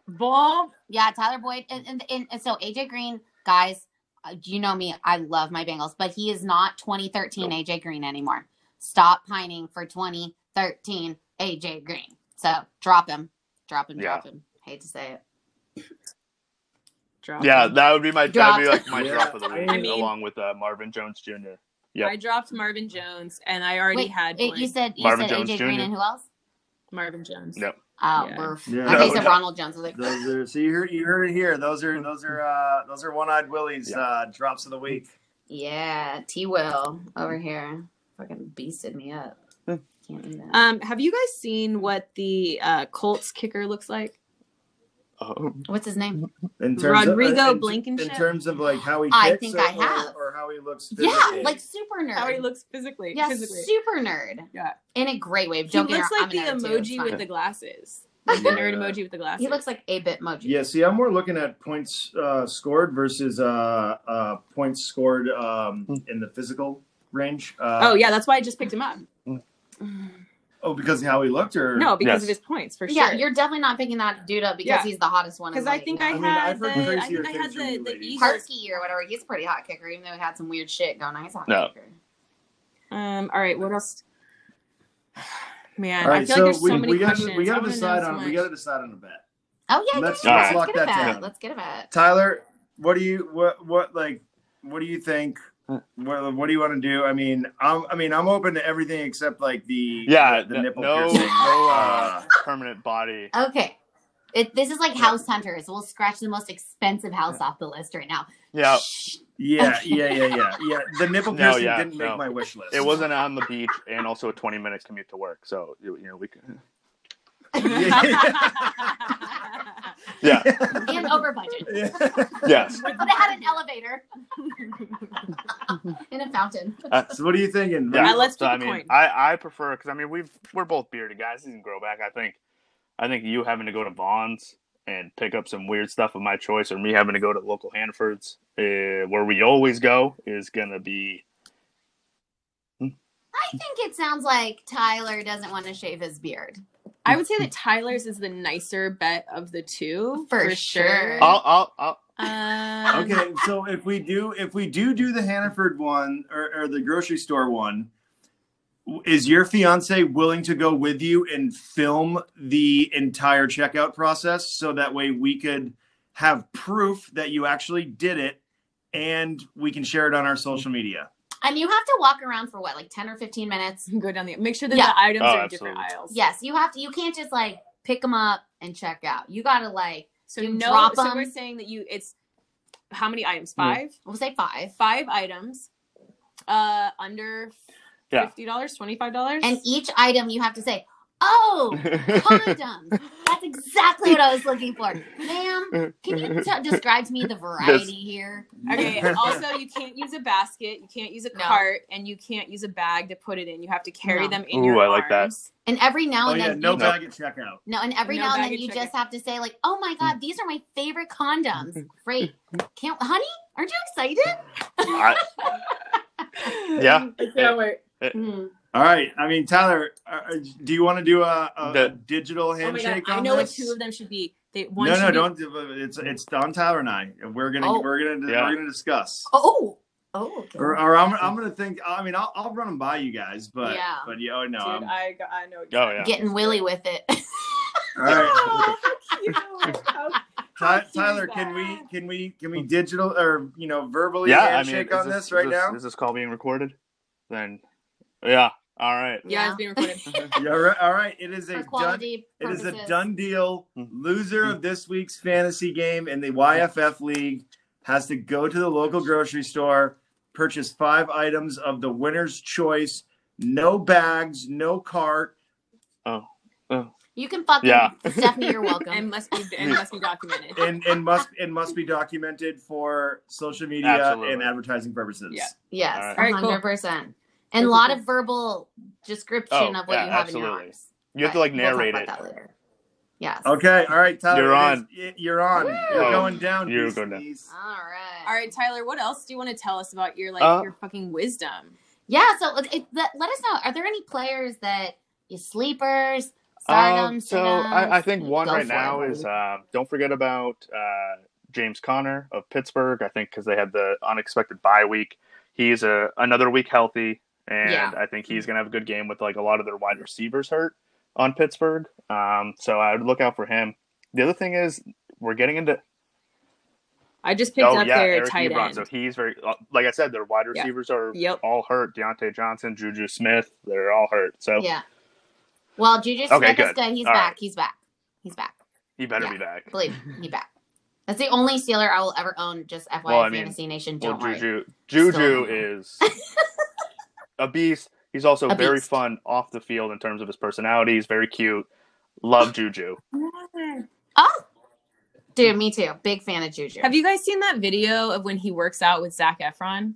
Ball. Yeah, Tyler Boyd. And, and, and, and so AJ Green, guys, uh, you know me. I love my Bengals, but he is not 2013 AJ Green anymore. Stop pining for 2013 AJ Green. So drop him. Drop him. Drop him. Hate to say it. Drop Yeah, him. that would be my that'd be Dropped. like my Yeah. drop of the week, I mean- along with uh, Marvin Jones Jr. yeah. I dropped Marvin Jones and I already Wait, had Wait, one. you said you Marvin said Jones AJ Green Jr.. and who else? Marvin Jones. No. Oh, Yeah. burf. Yeah. Okay, so No. Ronald Jones. I was like, Those are so you heard you heard it here. Those are those are uh those are one eyed Willie's Yeah. uh drops of the week. yeah, T Will over here. Fucking beasted me up. Hmm. Can't do that. Um, have you guys seen what the uh, Colts kicker looks like? Oh, What's his name? In terms Rodrigo of, uh, in- in, Blankenship? terms of like how he I kicks think or, I have. Or, or how he looks. Yeah, physically. like super nerd. How he looks physically. yeah, physically. super nerd. Yeah. In a great way. He Don't get looks me wrong, like the I'm a nerd too, it's emoji with fine. the [LAUGHS] glasses. Like the nerd Yeah. emoji with the glasses. He looks like a bit moji. Yeah, see, I'm more looking at points uh, scored versus uh, uh, points scored um, in the physical range. Uh, Oh yeah, that's why I just picked him up. oh, because of how he looked, or No, because Yes. of his points for Mm. Yeah, sure. you're definitely not picking that dude up because Yeah. he's the hottest one. in Because the I league think now. I I mean, had I've heard the I crazier think I had things from the, you the ladies. Eagles. Parky or whatever. He's a pretty hot kicker, even though he had some weird shit going on. He's a hot No. kicker. Um. All right. What else? [SIGHS] Man, All I right, so feel like there's we, so many we gotta questions. we I gotta wanna know decide so on we much. gotta decide on a bet. Oh yeah, Let's- yeah, let's lock yeah. Let's, get that a bet. down. Let's get a bet. Tyler, what do you what what like what do you think? What, what do you want to do? I mean, I'm I mean I'm open to everything except like the yeah, the, the no, nipple no, piercing. no, uh, Uh, permanent body. Okay. It, this is like House Hunters. We'll scratch the most expensive house off the list right now. Yeah, Shh. yeah, yeah, yeah, yeah, yeah. The nipple No, piercing yeah, didn't no. make my wish list. [LAUGHS] it wasn't on the beach, and also a twenty-minute commute to work. So you you know we can. [LAUGHS] Yeah. [LAUGHS] [LAUGHS] and over budget. Yes. But it had an [LAUGHS] elevator and a fountain. So what are you thinking? Yeah. Uh, let's so pick I a mean, coin. I I prefer because I mean we've we're both bearded guys. This can grow back. I think, I think you having to go to Vaughn's and pick up some weird stuff of my choice, or me having to go to local Hanford's, uh, where we always go, is gonna be I think it sounds like Tyler doesn't want to shave his beard. [LAUGHS] I would say that Tyler's is the nicer bet of the two For for, sure. sure. I'll I'll, I'll Um, Okay, so if we do if we do do the Hannaford one or, or the grocery store one, w- is your fiance willing to go with you and film the entire checkout process so that way we could have proof that you actually did it and we can share it on our social media? And you have to walk around for what, like 10 or 15 minutes? [LAUGHS] Go down the make sure that Yeah. the items Oh, are in absolutely. different aisles. Yes, you have to. You can't just like pick them up and check out. You got to like, So You no. drop so 'em. we're saying that you it's how many items? Hmm. Five. we'll say five. Five items. Uh, under Yeah. fifty dollars, twenty five dollars. And each item you have to say, oh, [LAUGHS] condoms. That's exactly what I was looking for. Ma'am, can [LAUGHS] you t- describe to me the variety here? [LAUGHS] Okay. [LAUGHS] also, you can't use a basket. You can't use a No. cart, and you can't use a bag to put it in. You have to carry No. them in Ooh, your I like [LAUGHS] that. arms. And every now Oh and yeah, then, no you- bag at checkout. no, and every No now and then baggage you checker. just have to say like, "Oh my god, these are my favorite Mm-hmm. condoms." Great, can't, honey, aren't you excited? I, Yeah. I can't wait. Eh. Hmm. All right. I mean, Tyler, uh, do you want to do a, a The- digital Oh my god! handshake? I on know what this? two of them should be. They one no, should no, be don't. do- It's it's Don Tyler and I. We're gonna Oh. we're gonna Yeah. we're gonna discuss. Oh, oh, okay. uh, Or, or I'm, I'm gonna think. I mean, I'll, I'll run them by you guys, but Yeah. but yeah, oh, no. I'm, Dude, I, got- I know. Oh, yeah. getting willy with it. [LAUGHS] [LAUGHS] all right, [LAUGHS] [LAUGHS] how Ty, cute Tyler, is can we that? can we can we digital or you know verbally yeah, I mean, handshake is on this, right is now? Is this call being recorded? Then, yeah. All right. Yeah, it's being [LAUGHS] recorded. yeah, all right, all right. It is For a done. quality It is purposes. a done deal. Mhm. Loser of this week's fantasy game in the YFF league has to go to the local grocery store, purchase five items of the winner's choice. No bags, no cart. Oh, oh. You can fucking Yeah. [LAUGHS] Stephanie. You're welcome. and must be and must be [LAUGHS] documented. and and must and must be documented for social media and Absolutely. advertising purposes. Yeah. yes, All right, cool. hundred percent. And a Cool, lot cool. of verbal description Oh, of what yeah, you have in your absolutely. arms. You have to But like we'll talk narrate about it. that later. Yes. Okay. All right, Tyler. You're it is- y- You're on. You're Woo! going down. You're Beasties. going down. All right. All right, Tyler, what else do you want to tell us about your like Uh, your fucking wisdom? Yeah. So it, it- let, let us know. Are there any players that you sleepers? Stardom, Um, so I, I think one right now is. is uh, don't forget about uh, James Conner of Pittsburgh. I think because they had the unexpected bye week, he's a, another week healthy, and Yeah. I think he's gonna have a good game with like a lot of their wide receivers hurt on Pittsburgh. Um, so I would look out for him. The other thing is we're getting into I just picked oh up yeah their Eric tight Ebron. end. So he's very uh, like I said, their wide Yeah. receivers are Yep. all hurt. Deontay Johnson, Juju Smith, they're all hurt. So Yeah. Well, Juju Smith Okay, is good. good. He's All back. right. He's back. He's back. he better Yeah. be back. Believe [LAUGHS] me, he's back. That's the only Steeler I will ever own. Just FYI, Well, I mean, Fantasy Nation. Well, Don't worry. Juju, Still Juju don't know. is a beast. He's also A very beast. fun off the field in terms of his personality. He's very cute. Love Juju. Oh, dude, me too. Big fan of Juju. Have you guys seen that video of when he works out with Zach Efron?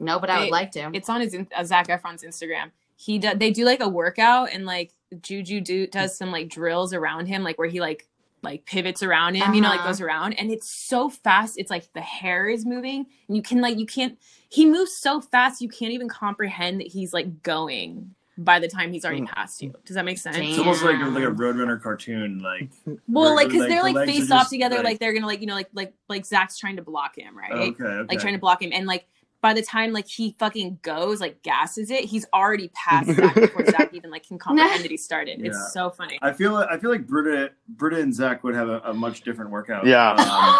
No, but I would Hey, like to. It's on his in- uh, Zach Efron's Instagram. He do- they do like a workout and like Juju do- does some like drills around him, like where he like like pivots around him, you know, like Uh-huh. goes around, and it's so fast. It's like the hair is moving, and you can like you can't. He moves so fast you can't even comprehend that he's like going. By the time he's already past you, does that make sense? Damn. It's almost like like a Roadrunner cartoon. Like Well, Where like the because leg- they're the like legs are faced off just, together, like- like, they're gonna like you know like like like Zach's trying to block him, right? okay, okay. Like trying to block him, and like by the time like he fucking goes, like gasses it, he's already past Zach before [LAUGHS] Zach even like can comprehend that he started. Yeah. It's so funny. I feel I feel like Britta Britta and Zach would have a, a much different workout. Yeah. Um,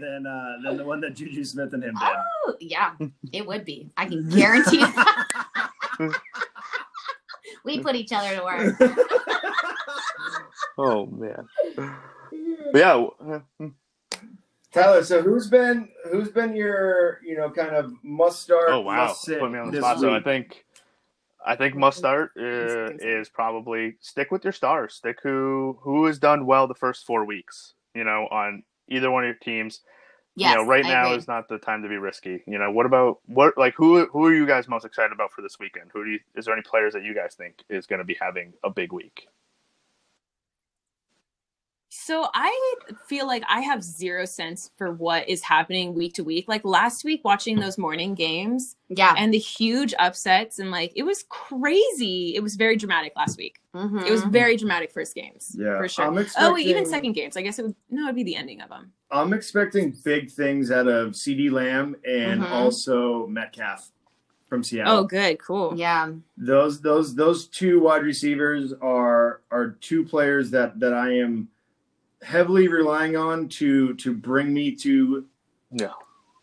than uh, than the one that Juju Smith and him did. Oh, [LAUGHS] yeah, it would be. I can guarantee that. [LAUGHS] we put each other [LAUGHS] to work. Oh man. But yeah. w- uh, Tyler, so who's been who's been your you know kind of must start? Oh wow. must sit Put me on the this spot. So I week? think I think must start uh, Instant. is probably stick with your stars. Stick who who has done well the first four weeks. You know, on either one of your teams. Yes, you know, right I now agree. is not the time to be risky. You know, what about what like who who are you guys most excited about for this weekend? Who do you is there any players that you guys think is going to be having a big week? [LAUGHS] So I feel like I have zero sense for what is happening week to week. Like last week, watching those morning games yeah. and the huge upsets, and like it was crazy. It was very dramatic last week. Mhm. It was very dramatic first games. Mm-hmm. Yeah, for sure. I'm Oh wait, even expecting- second games. I guess it would no, it'd be the ending of them. I'm expecting big things out of CD Lamb and Mhm. Mm-hmm. also Metcalf from Seattle. Oh, good, cool. yeah. those those those two wide receivers are are two players that that I am heavily relying on to to bring me to No.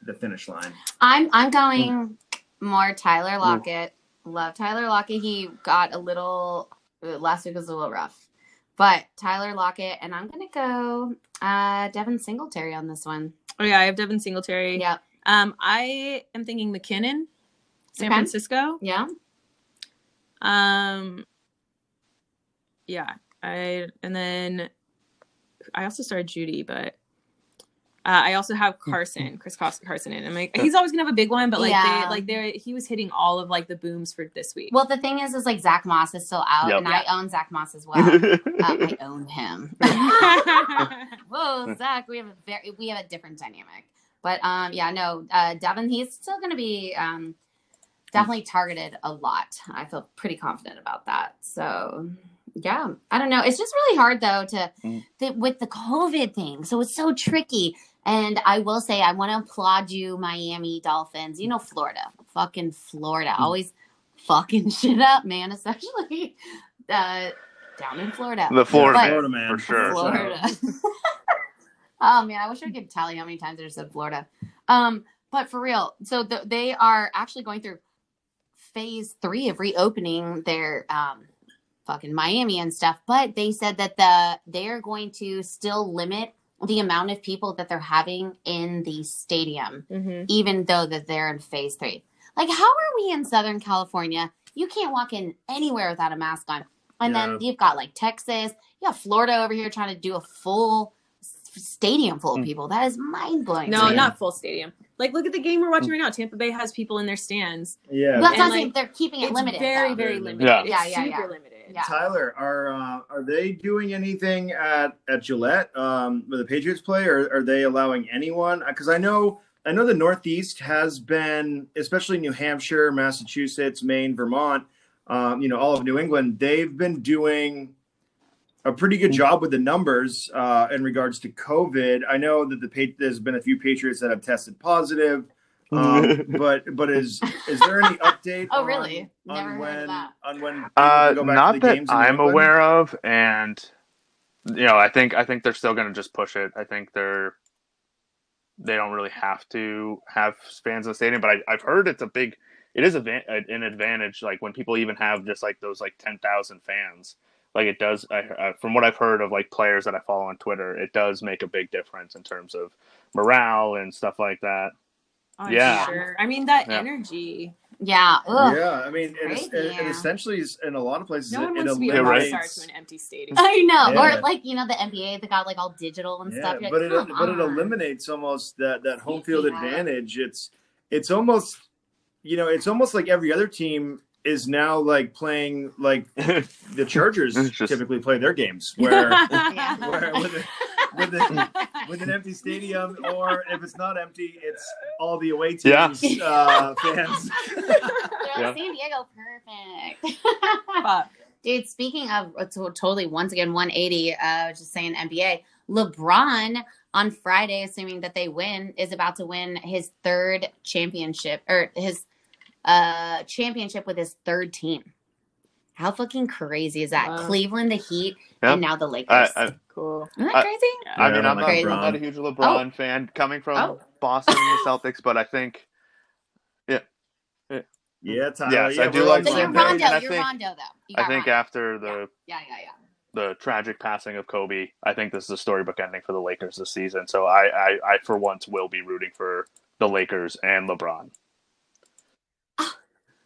the finish line. I'm I'm going more Tyler Lockett. Love Tyler Lockett. He got a little uh, last week was a little rough, but Tyler Lockett and I'm gonna go uh Devin Singletary on this one. Oh yeah, I have Devin Singletary. Yeah, Um, I am thinking McKinnon, San Okay. Francisco. yeah. Um, yeah, I and then I also started Judy, but. Uh, I also have Mm-hmm. Carson, Chris Cos- Carson, in. I'm like, he's always gonna have a big one, but like, Yeah. they, like, they he was hitting all of like the booms for this week. [LAUGHS] Well, the thing is, is like Zach Moss is still out, Yep. and I own Zach Moss as [LAUGHS] well. um, I own him. [LAUGHS] Whoa, Zach, we have a very we have a different dynamic. But um yeah, no, uh Devin, he's still gonna be um definitely targeted a lot. I feel pretty confident about that. So yeah, I don't know. It's just really hard though to Mm. that with the COVID thing. So it's so tricky. And I will say I want to applaud you, Miami Dolphins. You know Florida, fucking Florida, always fucking [LAUGHS] shit up, man. Especially uh, down in Florida. The Florida But- Florida man for sure. Florida. [LAUGHS] oh man, I wish I could tally how many times I said Florida. Um, but for real, so th- they are actually going through phase three of reopening their um, fucking Miami and stuff. But they said that the they are going to still limit the amount of people that they're having in the stadium, Mhm. even though that they're in phase three. Like, how are we in Southern California? You can't walk in anywhere without a mask on. And Yeah. then you've got like Texas, you have Florida over here trying to do a full s- stadium full of Mm. people. That is mind blowing. No, Yeah. Mm. not full stadium. Like, look at the game we're watching right now. Tampa Bay has people in their stands. Yeah. That's what And, I'm saying. like, They're keeping it It's limited. very, though. very Yeah. limited. Yeah. It's Yeah, yeah, super yeah. limited. Yeah. Tyler, are uh, are they doing anything at at Gillette um, where the Patriots play, or are they allowing anyone? Because I know I know the Northeast has been, especially New Hampshire, Massachusetts, Maine, Vermont, um, you know, all of New England. They've been doing a pretty good job with the numbers uh, in regards to COVID. I know that the pa- there's been a few Patriots that have tested positive. Um, but but is is there any update? Oh, on- really? On, Never heard of when that. on when people Uh, can go back not to the that games in New I'm England? aware of, and you know, I think I think they're still going to just push it. I think they're they don't really have to have fans in the stadium, but I, I've heard it's a big, it is a, van- an advantage. Like when people even have just like those like ten thousand fans, like it does. I, uh, from what I've heard of like players that I follow on Twitter, it does make a big difference in terms of morale and stuff like that. [LAUGHS] I'm Yeah. sure. I mean, that Yeah. energy. Yeah. Ugh. Yeah, I mean, it, is, Crazy, it, it yeah. essentially is in a lot of places. No one it, wants it to be a Yeah, rock right. star eliminates- to an empty stadium. [LAUGHS] [LAUGHS] [LAUGHS] I know. Yeah. Or like, you know, the NBA that got like all digital and stuff. You're but like, uh-huh. it "Come but it on." eliminates almost that that home field Yeah. advantage. It's it's almost you know it's almost like every other team is now like playing like the Chargers It's just- typically play their [LAUGHS] games where where Yeah. with, a, with, a, with an empty stadium or if it's not empty, it's all the away Yeah. teams uh, fans. They're like, San Diego, perfect. Fuck. Dude, speaking of uh, to- totally, once again, 180, uh, just saying NBA, LeBron on Friday, assuming that they win, is about to win his third championship or his uh, championship with his third team. How fucking crazy is that? Wow. Cleveland, the Heat, Yeah. and now the Lakers. I, I, [LAUGHS] Cool. Isn't that I- crazy? I Yeah, mean, I I'm like not, I'm LeBron. not a huge LeBron fan coming from Oh. Boston and the Celtics, but I think Yeah, Tyler. Yes, yeah, I do we're like on But you're the same Rondo. page. Rondo. And I You're think- Rondo, though. You I got think Rondo. after the yeah, yeah, yeah. the tragic passing of Kobe, I think this is a storybook ending for the Lakers this season. So I, I, I for once will be rooting for the Lakers and [LAUGHS] LeBron.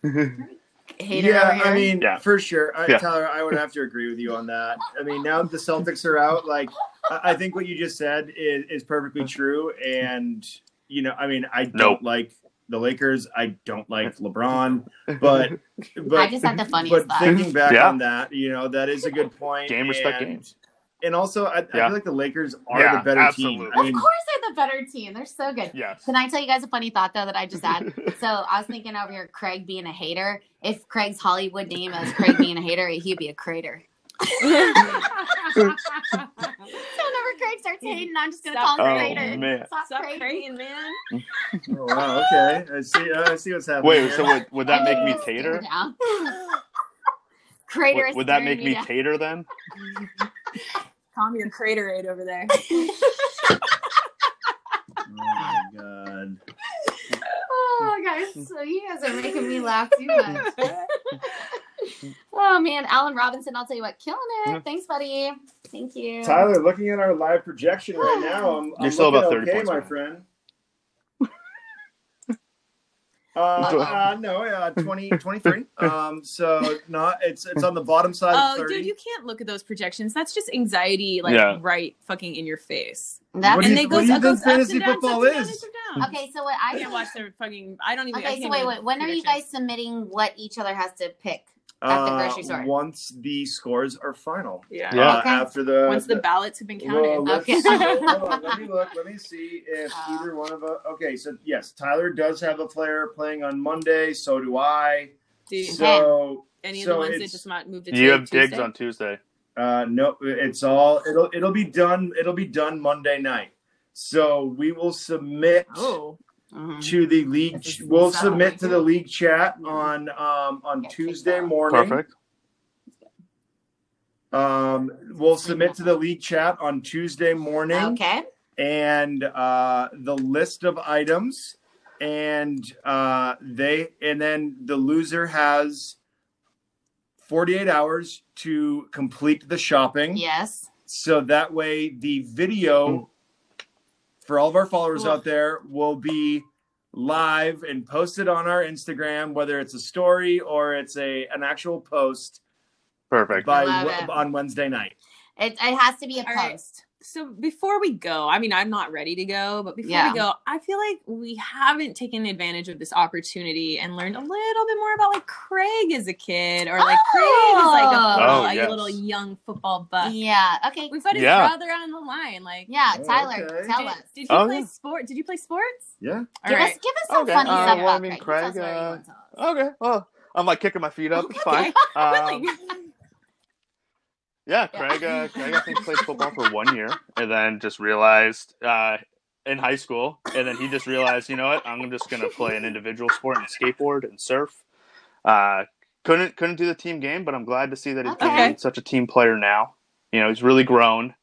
Hater over yeah, here. I mean, Yeah. for sure, I, Yeah. Tyler. I would have to agree with you on that. I mean, now that the Celtics are out, like I, I think what you just said is, is perfectly true. And you know, I mean, I don't Mm-hmm. Nope. like the Lakers. I don't [LAUGHS] like LeBron, but but I just had the but funniest thought. thinking back Yeah. on that, you know, that is a good point. Game respect and, games. and also I, I Yeah. feel like the Lakers are Yeah, the better team. absolutely. I of mean, course, they're the better team. They're so good. yes. Can I tell you guys a funny thought though that I just [LAUGHS] had? So I was thinking over here, Craig being a hater. If Craig's Hollywood name is Craig being a hater, he'd be a [LAUGHS] crater. So whenever Craig starts hating, I'm just gonna Stop call him Oh, crater. man. Stop, Stop crater. praying, man. oh, wow, okay, I see. I see what's happening. Wait, here. so would, would that I make need me to stare tater? [LAUGHS] down. crater. Would, is would that staring make me down. tater then? Calm your crater aid over [LAUGHS] there. [LAUGHS] oh my god. Oh guys, so you guys are making me laugh too [LAUGHS] much. Oh man, Alan Robinson. I'll tell you what, killing Yeah. it. Thanks, buddy. Thank you. Tyler, looking at our live projection right now, I'm, I'm You're still looking about 30 okay, points my behind. friend. [LAUGHS] Uh, uh, no, uh, 20, 23. Um, so not it's it's on the bottom side of oh, 30. dude, you can't look at those projections. That's just anxiety, like Yeah. right fucking in your face. What That's do and you- they what goes, do you it think goes ups and fantasy downs, football ups and downs, is? ups and downs. okay. So what I I can't watch their fucking. I don't even. I Okay, so can't wait, even wait. When are you guys predictions. submitting what each other has to pick? at the Uh, grocery store. Once the scores are final. Yeah. Yeah. Uh, Okay. after the Once the ballots have been Well, counted. let's [LAUGHS] Okay. see. Hold on, let me look. Let me see if Uh. either one of us. Okay, so yes, Tyler does have a player playing on Monday. So do I. Dude, So any of so the ones that it's- just not moved to You have Tuesday? digs on Tuesday. Uh, no, it's all it'll it'll be done. It'll be done Monday night. So we will submit Oh, Mm-hmm. to the league. um, This is We'll so submit to the weird. league chat on um on Mm-hmm. Yeah, take Tuesday that. morning. Perfect. Um, we'll submit to the league chat on Tuesday morning, Okay. and uh, the list of items, and uh, they and then the loser has. 48 hours to complete the shopping. Yes. So that way, the video Mm-hmm. for all of our followers Cool. out there will be live and posted on our Instagram, whether it's a story or it's a an actual post Perfect. by Love we- it. on Wednesday night. It, it has to be a All right. post. So before we go, I mean, I'm not ready to go, but before Yeah. we go, I feel like we haven't taken advantage of this opportunity and learned a little bit more about like Craig as a kid, or like Craig is like a, Oh. football, Oh, like, yes. a little young football buff. Yeah. Okay. We've got his Yeah. brother on the line. Like, Yeah, Oh, Tyler, okay. tell did, us. did he Oh, play yeah. sport? Did you play sports? Yeah. All give right. us give us some Okay, funny uh, stuff. well, about I mean, Craig. You tell us Craig, where you uh, want to tell us. Okay. Well, I'm like kicking my feet up. It's fine. Okay. Um, Willing. yeah, Yeah. [LAUGHS] Craig. Uh, Craig, I think played football for one year, and then just realized uh, in high school, and then he just realized, you know what? I'm just gonna play an individual sport and skateboard and surf. Uh, couldn't couldn't do the team game, but I'm glad to see that he's Okay. become such a team player now. You know, he's really grown.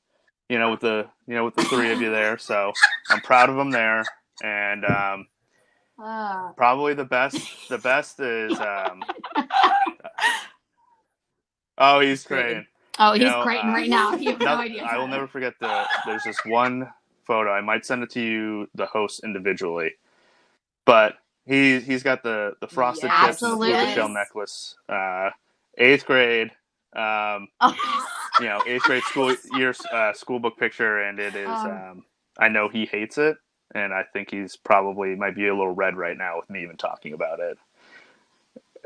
You know, with the you know with the three of you there, so I'm proud of him there, and um, Oh, Uh, probably the best the best [LAUGHS] is um oh he's Creighton. crayon oh, he's You know, crating uh, right now. You have no, idea. i will never forget the there's this one photo i might send it to you the host individually but he he's got the the frosted Yes. tips and the Absolutely. tortoise shell necklace uh eighth grade um [LAUGHS] Oh, [LAUGHS] you know eighth grade school year uh, school book picture and it is Um. um i know he hates it and i think he's probably might be a little red right now with me even talking about it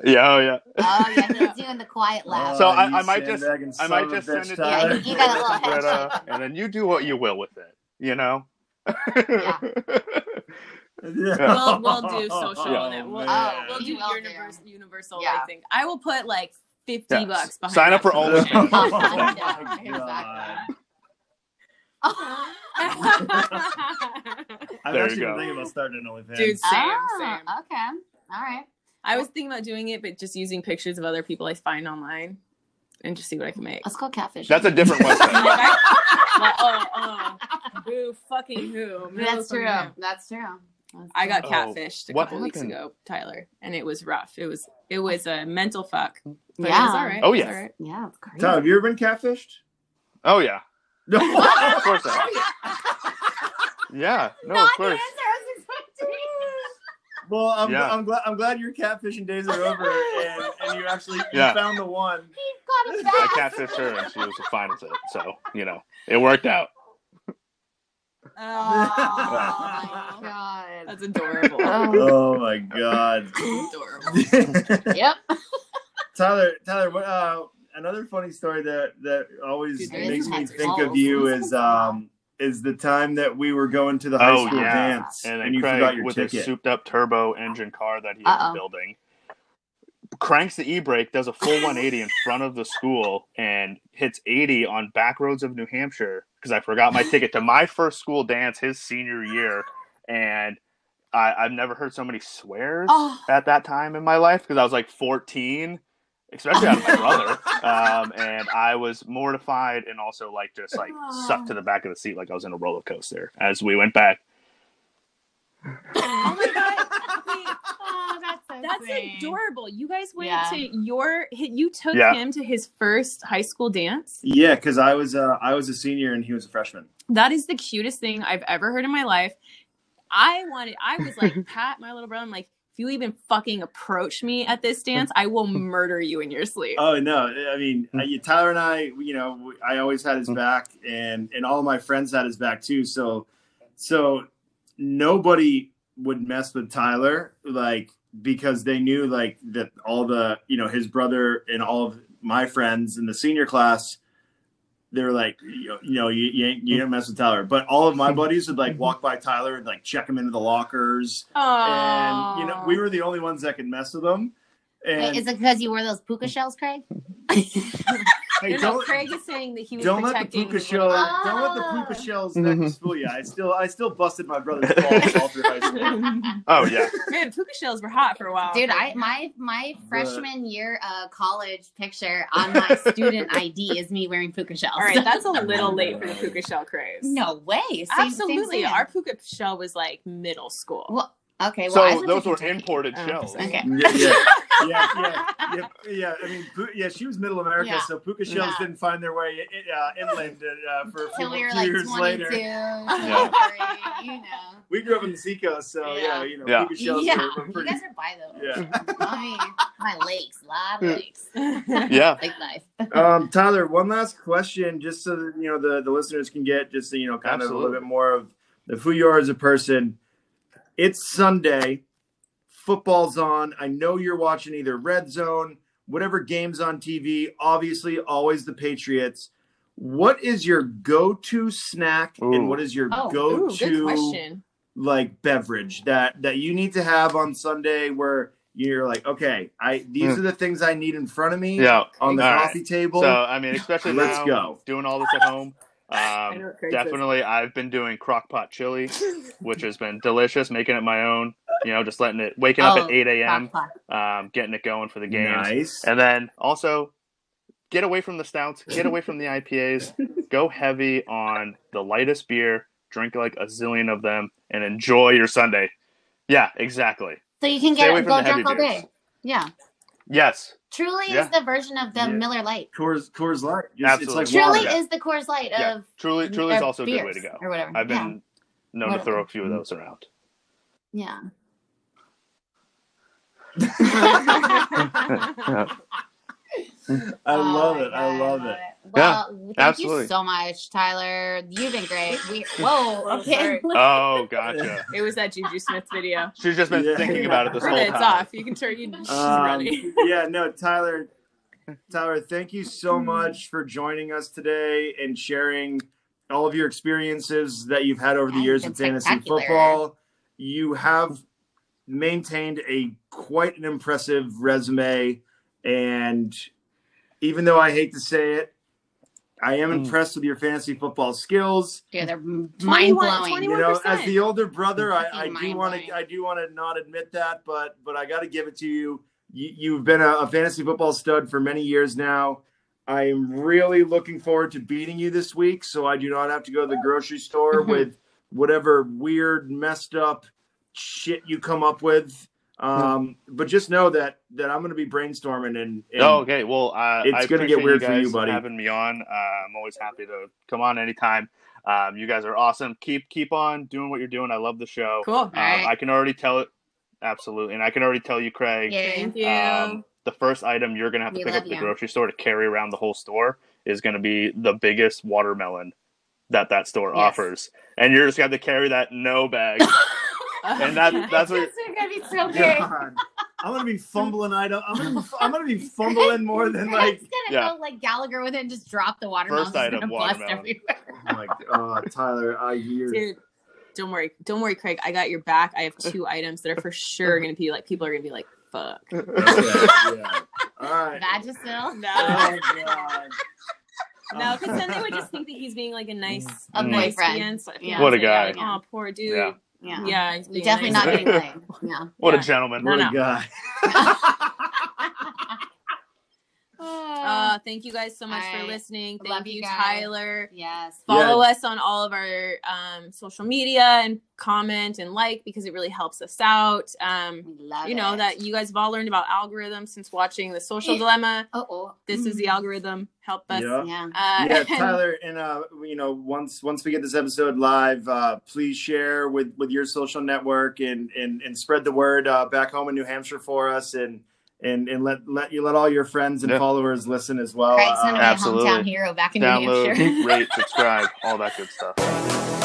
yeah oh yeah oh yeah, he's doing the [LAUGHS] quiet laugh. So Oh, I- you I might just- sandbagging I might son of a just bitch, send it to Tyler. Yeah, you- [LAUGHS] you got a little head Greta, and then you do what you will with it you know Yeah. [LAUGHS] We'll- we'll [LAUGHS] do social on it. We'll- Oh, oh, man. We'll do You will Oh, do. universal, universal Yeah. I think. I will put like 50 Yeah. bucks behind Sign up that [LAUGHS] for promotion. OnlyFans. [LAUGHS] Oh, [LAUGHS] Yeah, my God. exactly. [LAUGHS] Oh, I've [LAUGHS] There you actually been go. thinking about starting an OnlyFans. Dude, Same, same. okay. All right. I was thinking about doing it, but just using pictures of other people I find online and just see what I [LAUGHS] can make. Let's go catfish. [LAUGHS] that's a different Like, [LAUGHS] website I- like, oh, oh, who fucking who? No That's fucking true. who. That's true. That's I got true. Oh, catfished a what couple weeks happened? ago, Tyler, and it was rough. It was it was a mental fuck. But it Yeah. was all right. Oh, It was yeah. all right. Yeah, it's crazy. Tyler, have you ever been catfished? [LAUGHS] oh yeah No. of course I have. yeah no of Not the course answer I was expecting. [LAUGHS] well, I'm, Yeah. I'm glad. I'm glad your catfishing days are over, and, and you actually you Yeah. found the one. [LAUGHS] He's got i a back. catfished her and she was fine with it so you know it worked out [LAUGHS] [LAUGHS] Oh my god. That's adorable. [LAUGHS] Oh. Oh my [LAUGHS] god. adorable. [LAUGHS] Yep. Tyler, Tyler, what, uh, another funny story that that always Dude, there makes is me cats think of balls. you is um is the time that we were going to the high Oh, school yeah. dance and and, then you Craig forgot your with ticket. his souped up turbo engine car that he was Uh-oh. building cranks the e-brake does a [LAUGHS] full 180 in front of the school and hits 80 on back roads of new hampshire because i forgot my ticket to my first school dance his senior year and I, i've never heard so many swears Oh. at that time in my life because i was like 14 especially out of my brother [LAUGHS] um, and i was mortified and also like just like sucked to Oh. the back of the seat like i was in a roller coaster as we went back oh my god. Wait, Oh, that's so That's sweet. adorable. You guys went Yeah. to your you took Yeah. him to his first high school dance. [LAUGHS] Yeah, because I was uh, I was a senior and he was a freshman. That is the cutest thing I've ever heard in my life. I wanted, I was [LAUGHS] like, Pat, my little brother, I'm like, if you even fucking approach me at [LAUGHS] this dance, I will murder you in your sleep. Oh no, I mean uh, you- Tyler and I, you know, I always had his back, and and all of my friends had his back too. So, so nobody would mess with Tyler, like because they knew like that all the you know his brother and all of my friends in the senior class. They were like, you you know, you you, ain't, you don't mess with Tyler. But all of my buddies would like walk by Tyler and like check him into the lockers, Uh, and you know, we were the only ones that could mess with him. And Wait, is it because you wore those puka shells, Craig? hey, No, no, don't- Craig is saying that he was don't let the protecting puka his shell. little- Ah. Don't let the puka shells Mhm. next fool you. I still, I still busted my brother's balls all through high school. oh yeah [LAUGHS] Man, puka shells were hot for a while. [LAUGHS] Dude, [LAUGHS] I my my freshman year uh, college picture on my student ID is me wearing puka shells. all right, that's a little late for the puka shell craze. [LAUGHS] no way. Same- same absolutely. thing. Our puka shell was like middle school. well, okay. Well, I so lived in those were Kentucky. imported Oh, shells sorry. Okay. Yeah, yeah, yeah, [LAUGHS] yeah, yeah, yeah. I mean, pu- yeah, she was Middle America, Yeah. so puka shells Yeah. didn't find their way in, uh, inland uh, for a few, Till we were few like years [LAUGHS] 22, later. 23, you know. we grew up in the seacoast, so yeah, Yeah. you know, Yeah. Puka shells yeah, were- were you pretty- guys are by though. yeah. [LAUGHS] my, my lakes, lot of Yeah. lakes, [LAUGHS] yeah. lake life. um, Tyler, one last question, just so that you know the, the listeners can get just so you know kind of a Absolutely. little bit more of, of who you are as a person. It's Sunday, football's on. I know you're watching either Red Zone, whatever games on TV. Obviously, always the Patriots. What is your go-to snack, Ooh. and what is your Oh, ooh, Ooh, good go-to question. like beverage that that you need to have on Sunday where you're like, okay, I these Mm. are the things I need in front of me Yeah. on the All right. coffee table. So I mean, especially Let's now, go. doing all this at home. I know Um, what Craig's definitely, I've been doing crock pot chili, which has been delicious. Making it my own. You know, just letting it waking up Oh, at eight a.m. Crock pot. Um, getting it going for the games, Nice. and then also get away from the stouts, get away from the IPAs, go heavy on the lightest beer, drink like a zillion of them, and enjoy your Sunday. Yeah, exactly. So you can Stay away get from go the heavy drunk all beers. day. Yeah, Yes, truly Yeah. is the version of the Yeah. Miller Light. Coors Coors Light. Just, it's like water. Absolutely. Truly Yeah. is the Coors Light Yeah. of truly, truly is of also a good way to beers go. or whatever. I've been known to Whatever. throw a few of those around. yeah. [LAUGHS] list. I Oh love my it. I God, love it. Well, thank absolutely. you so much, Tyler. You've been great. [LAUGHS] We whoa, Oh, okay. sorry. Oh, gotcha. it was that Juju Smith video. She's just been Yeah. thinking about it this whole Brenda, it's time. off. You can turn. You, she's Um, [LAUGHS] running. [LAUGHS] yeah, no, Tyler, Tyler, thank you so Hmm. much for joining us today and sharing all of your experiences that you've had over the Yeah, years you've in been fantasy spectacular. football. You have maintained a quite an impressive resume, and even though I hate to say it, I am Mm. impressed with your fantasy football skills. Dude, they're mind blowing. 21 You know, as the older brother, I, I do Fucking want mind-blowing. to I do want to not admit that, but but I got to give it to you. you you've been a, a fantasy football stud for many years now. I am really looking forward to beating you this week, so I do not have to go to the grocery store Mhm. with whatever weird, messed up shit you come up with. Um, but just know that that I'm going to be brainstorming and, and Oh, [LAUGHS] okay. Well, uh, It's I gonna appreciate get weird you for you, guys buddy. Having me on, uh, I'm always happy to come on anytime. Um, you guys are awesome. Keep keep on doing what you're doing. I love the show. Cool. Um, Alright. I can already tell it absolutely, and I can already tell you, Craig. Yeah. Thank you. [LAUGHS] Um, the first item you're gonna have to We pick love up at the you. grocery store to carry around the whole store is gonna be the biggest watermelon that that store Yes. offers, and you're just gonna have to carry that no bag. [LAUGHS] and that that's what are gonna be so big. God, I'm going to be fumbling item. I'm going to be, I'm going to be fumbling more than like It's gonna Yeah. go like Gallagher with it and just drop the watermelon. First It's item, gonna bust watermelon. everywhere. Oh my god, Tyler, I hear. Dude, don't worry. Don't worry, Craig. I got your back. I [LAUGHS] have two items that are for sure gonna be like people are gonna be like, fuck. Okay, yeah. All right. [LAUGHS] Vagisil. No. Oh god. No, because Um, then they [LAUGHS] [LAUGHS] would just think that he's being like a nice A nice boyfriend. fiance- Yeah. Mm. What a fiance, guy. like, oh, poor dude. Yeah. Yeah, Yeah. he's We being definitely nice. not [LAUGHS] getting laid. Yeah. what a Yeah. gentleman. No, What no. a guy. Uh, thank you guys so much All right. for listening. Thank Love you you, guys. Tyler. yes. Follow us on all of our um, social media and comment and like because it really helps us out. Um, We love you know it. that you guys have all learned about algorithms since watching The Social Yeah. Dilemma. Oh, oh. This is the algorithm. Help us. Yeah. Yeah. Uh, Yeah, [LAUGHS] and- Tyler, and uh, you know, once once we get this episode live, uh, please share with with your social network and and and spread the word uh, back home in New Hampshire for us, and and and let let you let all your friends and Yeah. followers listen as well. Craig's Uh, gonna be a Absolutely. hometown hero back in New Hampshire. Download, rate, subscribe, all that good stuff.